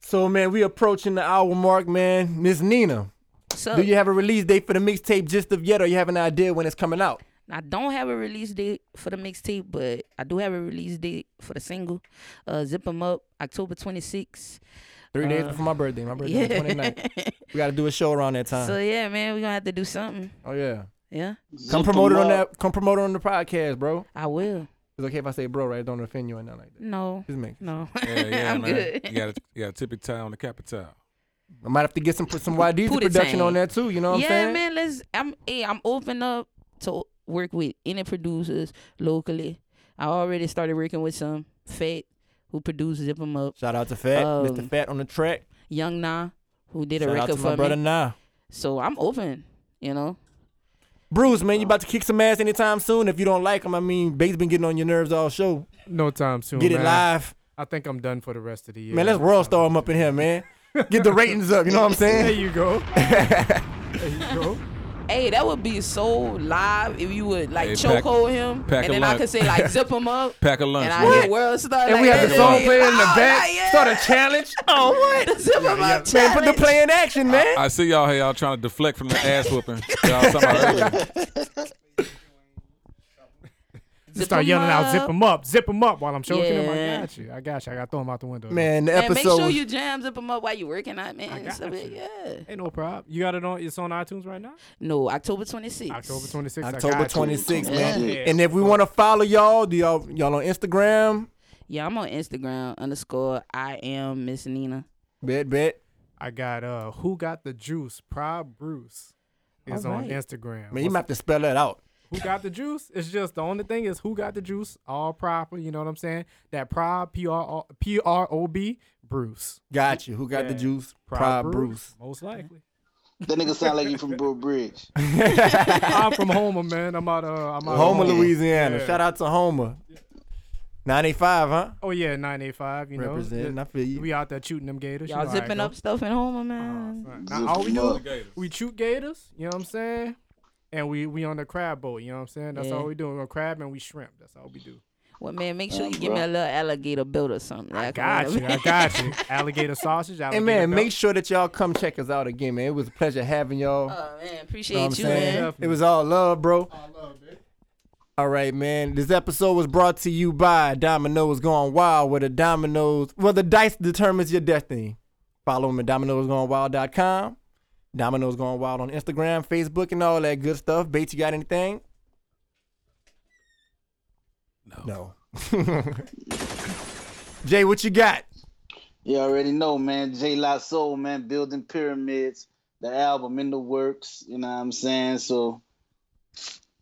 Speaker 2: So man, we approaching the hour mark, man. Miss Nina,
Speaker 4: so
Speaker 2: do you have a release date for the mixtape just of yet, or you have an idea when it's coming out?
Speaker 4: I don't have a release date for the mixtape, but I do have a release date for the single. Uh, Zip 'em up, October 26th.
Speaker 2: Three days
Speaker 4: Uh,
Speaker 2: before my birthday. My birthday on
Speaker 4: yeah.
Speaker 2: the 29th. We got to do a show around that time.
Speaker 4: *laughs* So yeah, man, we're gonna have to do something.
Speaker 2: oh yeah,
Speaker 4: Yeah,
Speaker 2: come
Speaker 6: Zip
Speaker 2: promote it
Speaker 6: 'em
Speaker 2: on
Speaker 6: up.
Speaker 2: that. Come promote it on the podcast, bro.
Speaker 4: I will.
Speaker 2: It's okay if I say bro, right? It Don't offend you or nothing like that.
Speaker 4: No,
Speaker 2: Just make.
Speaker 4: no, *laughs*
Speaker 3: Yeah, yeah,
Speaker 4: I'm
Speaker 3: man.
Speaker 4: good.
Speaker 3: You got to you got tippy tie on the capital.
Speaker 2: I might have to get some some YD
Speaker 4: Put it
Speaker 2: production
Speaker 4: down.
Speaker 2: on that too. You know what
Speaker 4: yeah,
Speaker 2: I'm saying?
Speaker 4: man. Let's. I'm. Hey, I'm open up to work with any producers locally. I already started working with some Fat, who produced Zip 'em up.
Speaker 2: Shout out to Fat, Mr.
Speaker 4: Um,
Speaker 2: Fat on the track.
Speaker 4: Young Na, who did a
Speaker 2: Shout out to
Speaker 4: record for
Speaker 2: my
Speaker 4: me.
Speaker 2: brother Nah.
Speaker 4: So I'm open. You know.
Speaker 2: Bruce, man, you about to kick some ass anytime soon. If you don't like him, I mean, Bates been getting on your nerves all show.
Speaker 5: No time soon.
Speaker 2: Get it
Speaker 5: man.
Speaker 2: live.
Speaker 5: I think I'm done for the rest of the year.
Speaker 2: Man, let's world star him up in here, man. Get the ratings up, you know what I'm
Speaker 5: *laughs* There
Speaker 2: saying?
Speaker 5: you go. there you go.
Speaker 4: Hey, that would be so live if you would like
Speaker 3: Hey, pack-
Speaker 4: chokehold him,
Speaker 3: pack a
Speaker 4: and then I
Speaker 3: lunch.
Speaker 4: could say like zip him up,
Speaker 3: *laughs* Pack a lunch.
Speaker 4: and
Speaker 3: bro.
Speaker 4: I hear world star.
Speaker 2: And
Speaker 4: like,
Speaker 2: we have the
Speaker 4: that.
Speaker 2: song
Speaker 4: Yeah.
Speaker 2: playing in the
Speaker 4: Oh,
Speaker 2: back.
Speaker 4: yeah.
Speaker 2: Start a challenge. Oh, what?
Speaker 4: The zip him up
Speaker 2: Man, put the
Speaker 4: challenge.
Speaker 2: play in action, man.
Speaker 3: I see y'all here. Y'all trying to deflect from the
Speaker 4: *laughs*
Speaker 3: ass whooping. Y'all was talking about earlier.
Speaker 4: Zip
Speaker 5: Start
Speaker 4: 'em
Speaker 5: yelling out, zip
Speaker 4: up.
Speaker 5: them up, zip them up while I'm choking him. I
Speaker 4: Yeah.
Speaker 5: got you. I got you. I got to throw him out the window.
Speaker 2: Man, the
Speaker 4: Man, make
Speaker 2: episode.
Speaker 4: sure
Speaker 2: was-
Speaker 4: you jam zip them up while you working out, man.
Speaker 5: got
Speaker 4: So,
Speaker 5: you.
Speaker 4: yeah.
Speaker 5: Ain't no problem. You got it on, it's on iTunes right now?
Speaker 4: No, October 26th.
Speaker 5: October 26th. I
Speaker 2: October
Speaker 5: got you.
Speaker 2: 26th, man.
Speaker 6: Yeah.
Speaker 2: And if we want to follow y'all, do y'all y'all on Instagram?
Speaker 4: Yeah, I'm on Instagram underscore I am Miss Nina.
Speaker 2: Bet, bet.
Speaker 5: I got uh, Who Got the Juice? Prob Bruce is
Speaker 4: All
Speaker 5: on
Speaker 4: right.
Speaker 5: Instagram.
Speaker 2: Man, you
Speaker 5: What's-
Speaker 2: might have to spell that out.
Speaker 5: who got the juice? It's just the only thing is who got the juice? All proper. You know what I'm saying? That Prob, P R P R O B, Bruce.
Speaker 2: Got you. Who got the
Speaker 5: Yeah.
Speaker 2: juice? Pride Bruce.
Speaker 5: Most likely.
Speaker 6: That nigga sound like you from Broad Bridge.
Speaker 5: I'm from Homer, man. I'm out of, I'm out of
Speaker 2: Homer,
Speaker 6: Yeah.
Speaker 2: Louisiana.
Speaker 5: Oh, Yeah.
Speaker 2: Shout out to Homer. 985, huh?
Speaker 5: Oh yeah, nine eight five. You
Speaker 2: Representing.
Speaker 5: know,
Speaker 2: I feel you.
Speaker 5: we out there shooting them gators.
Speaker 4: Y'all
Speaker 5: you know how it
Speaker 4: zipping
Speaker 5: go.
Speaker 4: up stuff at home, man.
Speaker 2: Oh,
Speaker 5: Now,
Speaker 6: Zip
Speaker 5: all we
Speaker 6: 'em
Speaker 5: do,
Speaker 6: up.
Speaker 5: we shoot gators. You know what I'm saying? And we we on the crab boat. You know what I'm saying? That's
Speaker 4: Yeah.
Speaker 5: all we do. We're crab and we shrimp. That's all we do.
Speaker 4: Well, man, make sure
Speaker 2: Oh,
Speaker 6: Yeah,
Speaker 4: you give me
Speaker 6: bro.
Speaker 4: a little alligator built or something. I can
Speaker 5: Got
Speaker 4: run
Speaker 5: you.
Speaker 4: up-
Speaker 5: I got you. Alligator sausage. Alligator
Speaker 2: And man,
Speaker 5: belt.
Speaker 2: make sure that y'all come check us out again, man. It was a pleasure having y'all.
Speaker 4: *laughs* Oh man,
Speaker 2: You know what I'm
Speaker 4: appreciate you,
Speaker 2: saying?
Speaker 4: man.
Speaker 2: It was all love, bro. All right, man. This episode was brought to you by Domino's Going Wild, where the dominoes, well, the dice determines your destiny. Follow them at dominoesgoingwild.com. Domino's Going Wild on Instagram, Facebook, and all that good stuff. Bates, you got anything? No. No. *laughs* Jay, what you got?
Speaker 6: You already know, man. J La Soul, man, building pyramids. The album in the works. You know what I'm saying? So,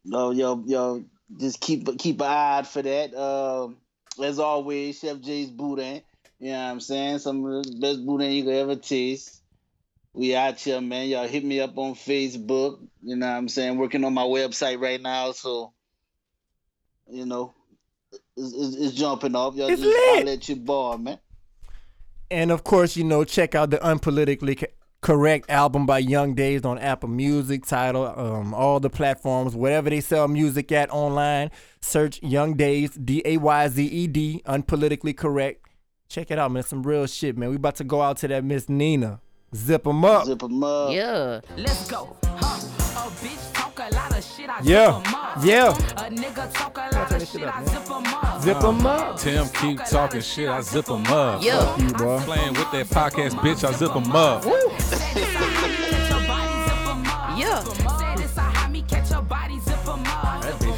Speaker 6: yo, yo, yo, just keep keep an eye out for that. Um, as always, Chef J's boudin. You know what I'm saying? Some of the best boudin you could ever taste. We out here, man. Y'all hit me up on Facebook. You know what I'm saying? Working on my website right now, so you know, it's, it's, it's jumping off. Y'all
Speaker 2: It's
Speaker 6: just
Speaker 2: lit.
Speaker 6: I'll let you bar, man.
Speaker 2: And of course, you know, check out the unpolitically co- correct album by Young Days on Apple Music, title, um, all the platforms, whatever they sell music at online. Search Young Days, D A Y Z E D, unpolitically correct. Check it out, man. Some real shit, man. We about to go out to that Miss Nina. Zip 'em up.
Speaker 6: Zip 'em up.
Speaker 4: Yeah.
Speaker 7: Let's go. Huh. A bitch talk a lot of shit. I
Speaker 2: Yeah.
Speaker 7: zip 'em up.
Speaker 2: Yeah.
Speaker 7: A nigga talk a lot of shit. I zip 'em up.
Speaker 2: Zip 'em up.
Speaker 3: Tim keep talking shit. I zip him up.
Speaker 4: Yeah.
Speaker 3: Fuck
Speaker 2: You, boy.
Speaker 3: Playing with that podcast, bitch. I zip him up.
Speaker 7: Said it's a homie, catch your body, zip 'em up.
Speaker 4: Yeah.
Speaker 7: Zip 'em up. Said it's a homie, catch your body, zip 'em up. Said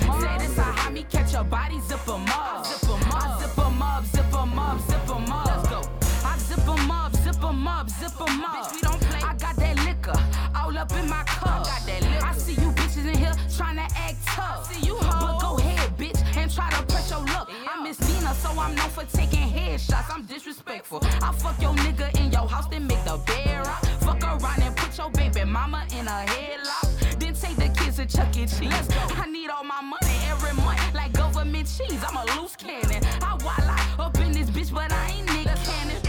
Speaker 7: it's a homie, catch your body, zip 'em up. Zip 'em up, zip 'em up, zip 'em up, zip 'em up. Let's go. I zip 'em up, zip 'em up, zip 'em up. Bitch, we don't play. I got that liquor all up in my cup. I got that liquor. I see you bitches in here trying to act tough. See you But go ahead, bitch, and try to press your luck. I miss Nina, so I'm known for taking headshots. I'm disrespectful. I fuck your nigga in your house, then make the bed rock. Fuck around and put your baby mama in a headlock. Then take the kids to Chuck E. Cheese. I need all my money every month, like government cheese. I'm a loose cannon. I wild out up in this bitch, but I ain't nigga cannon.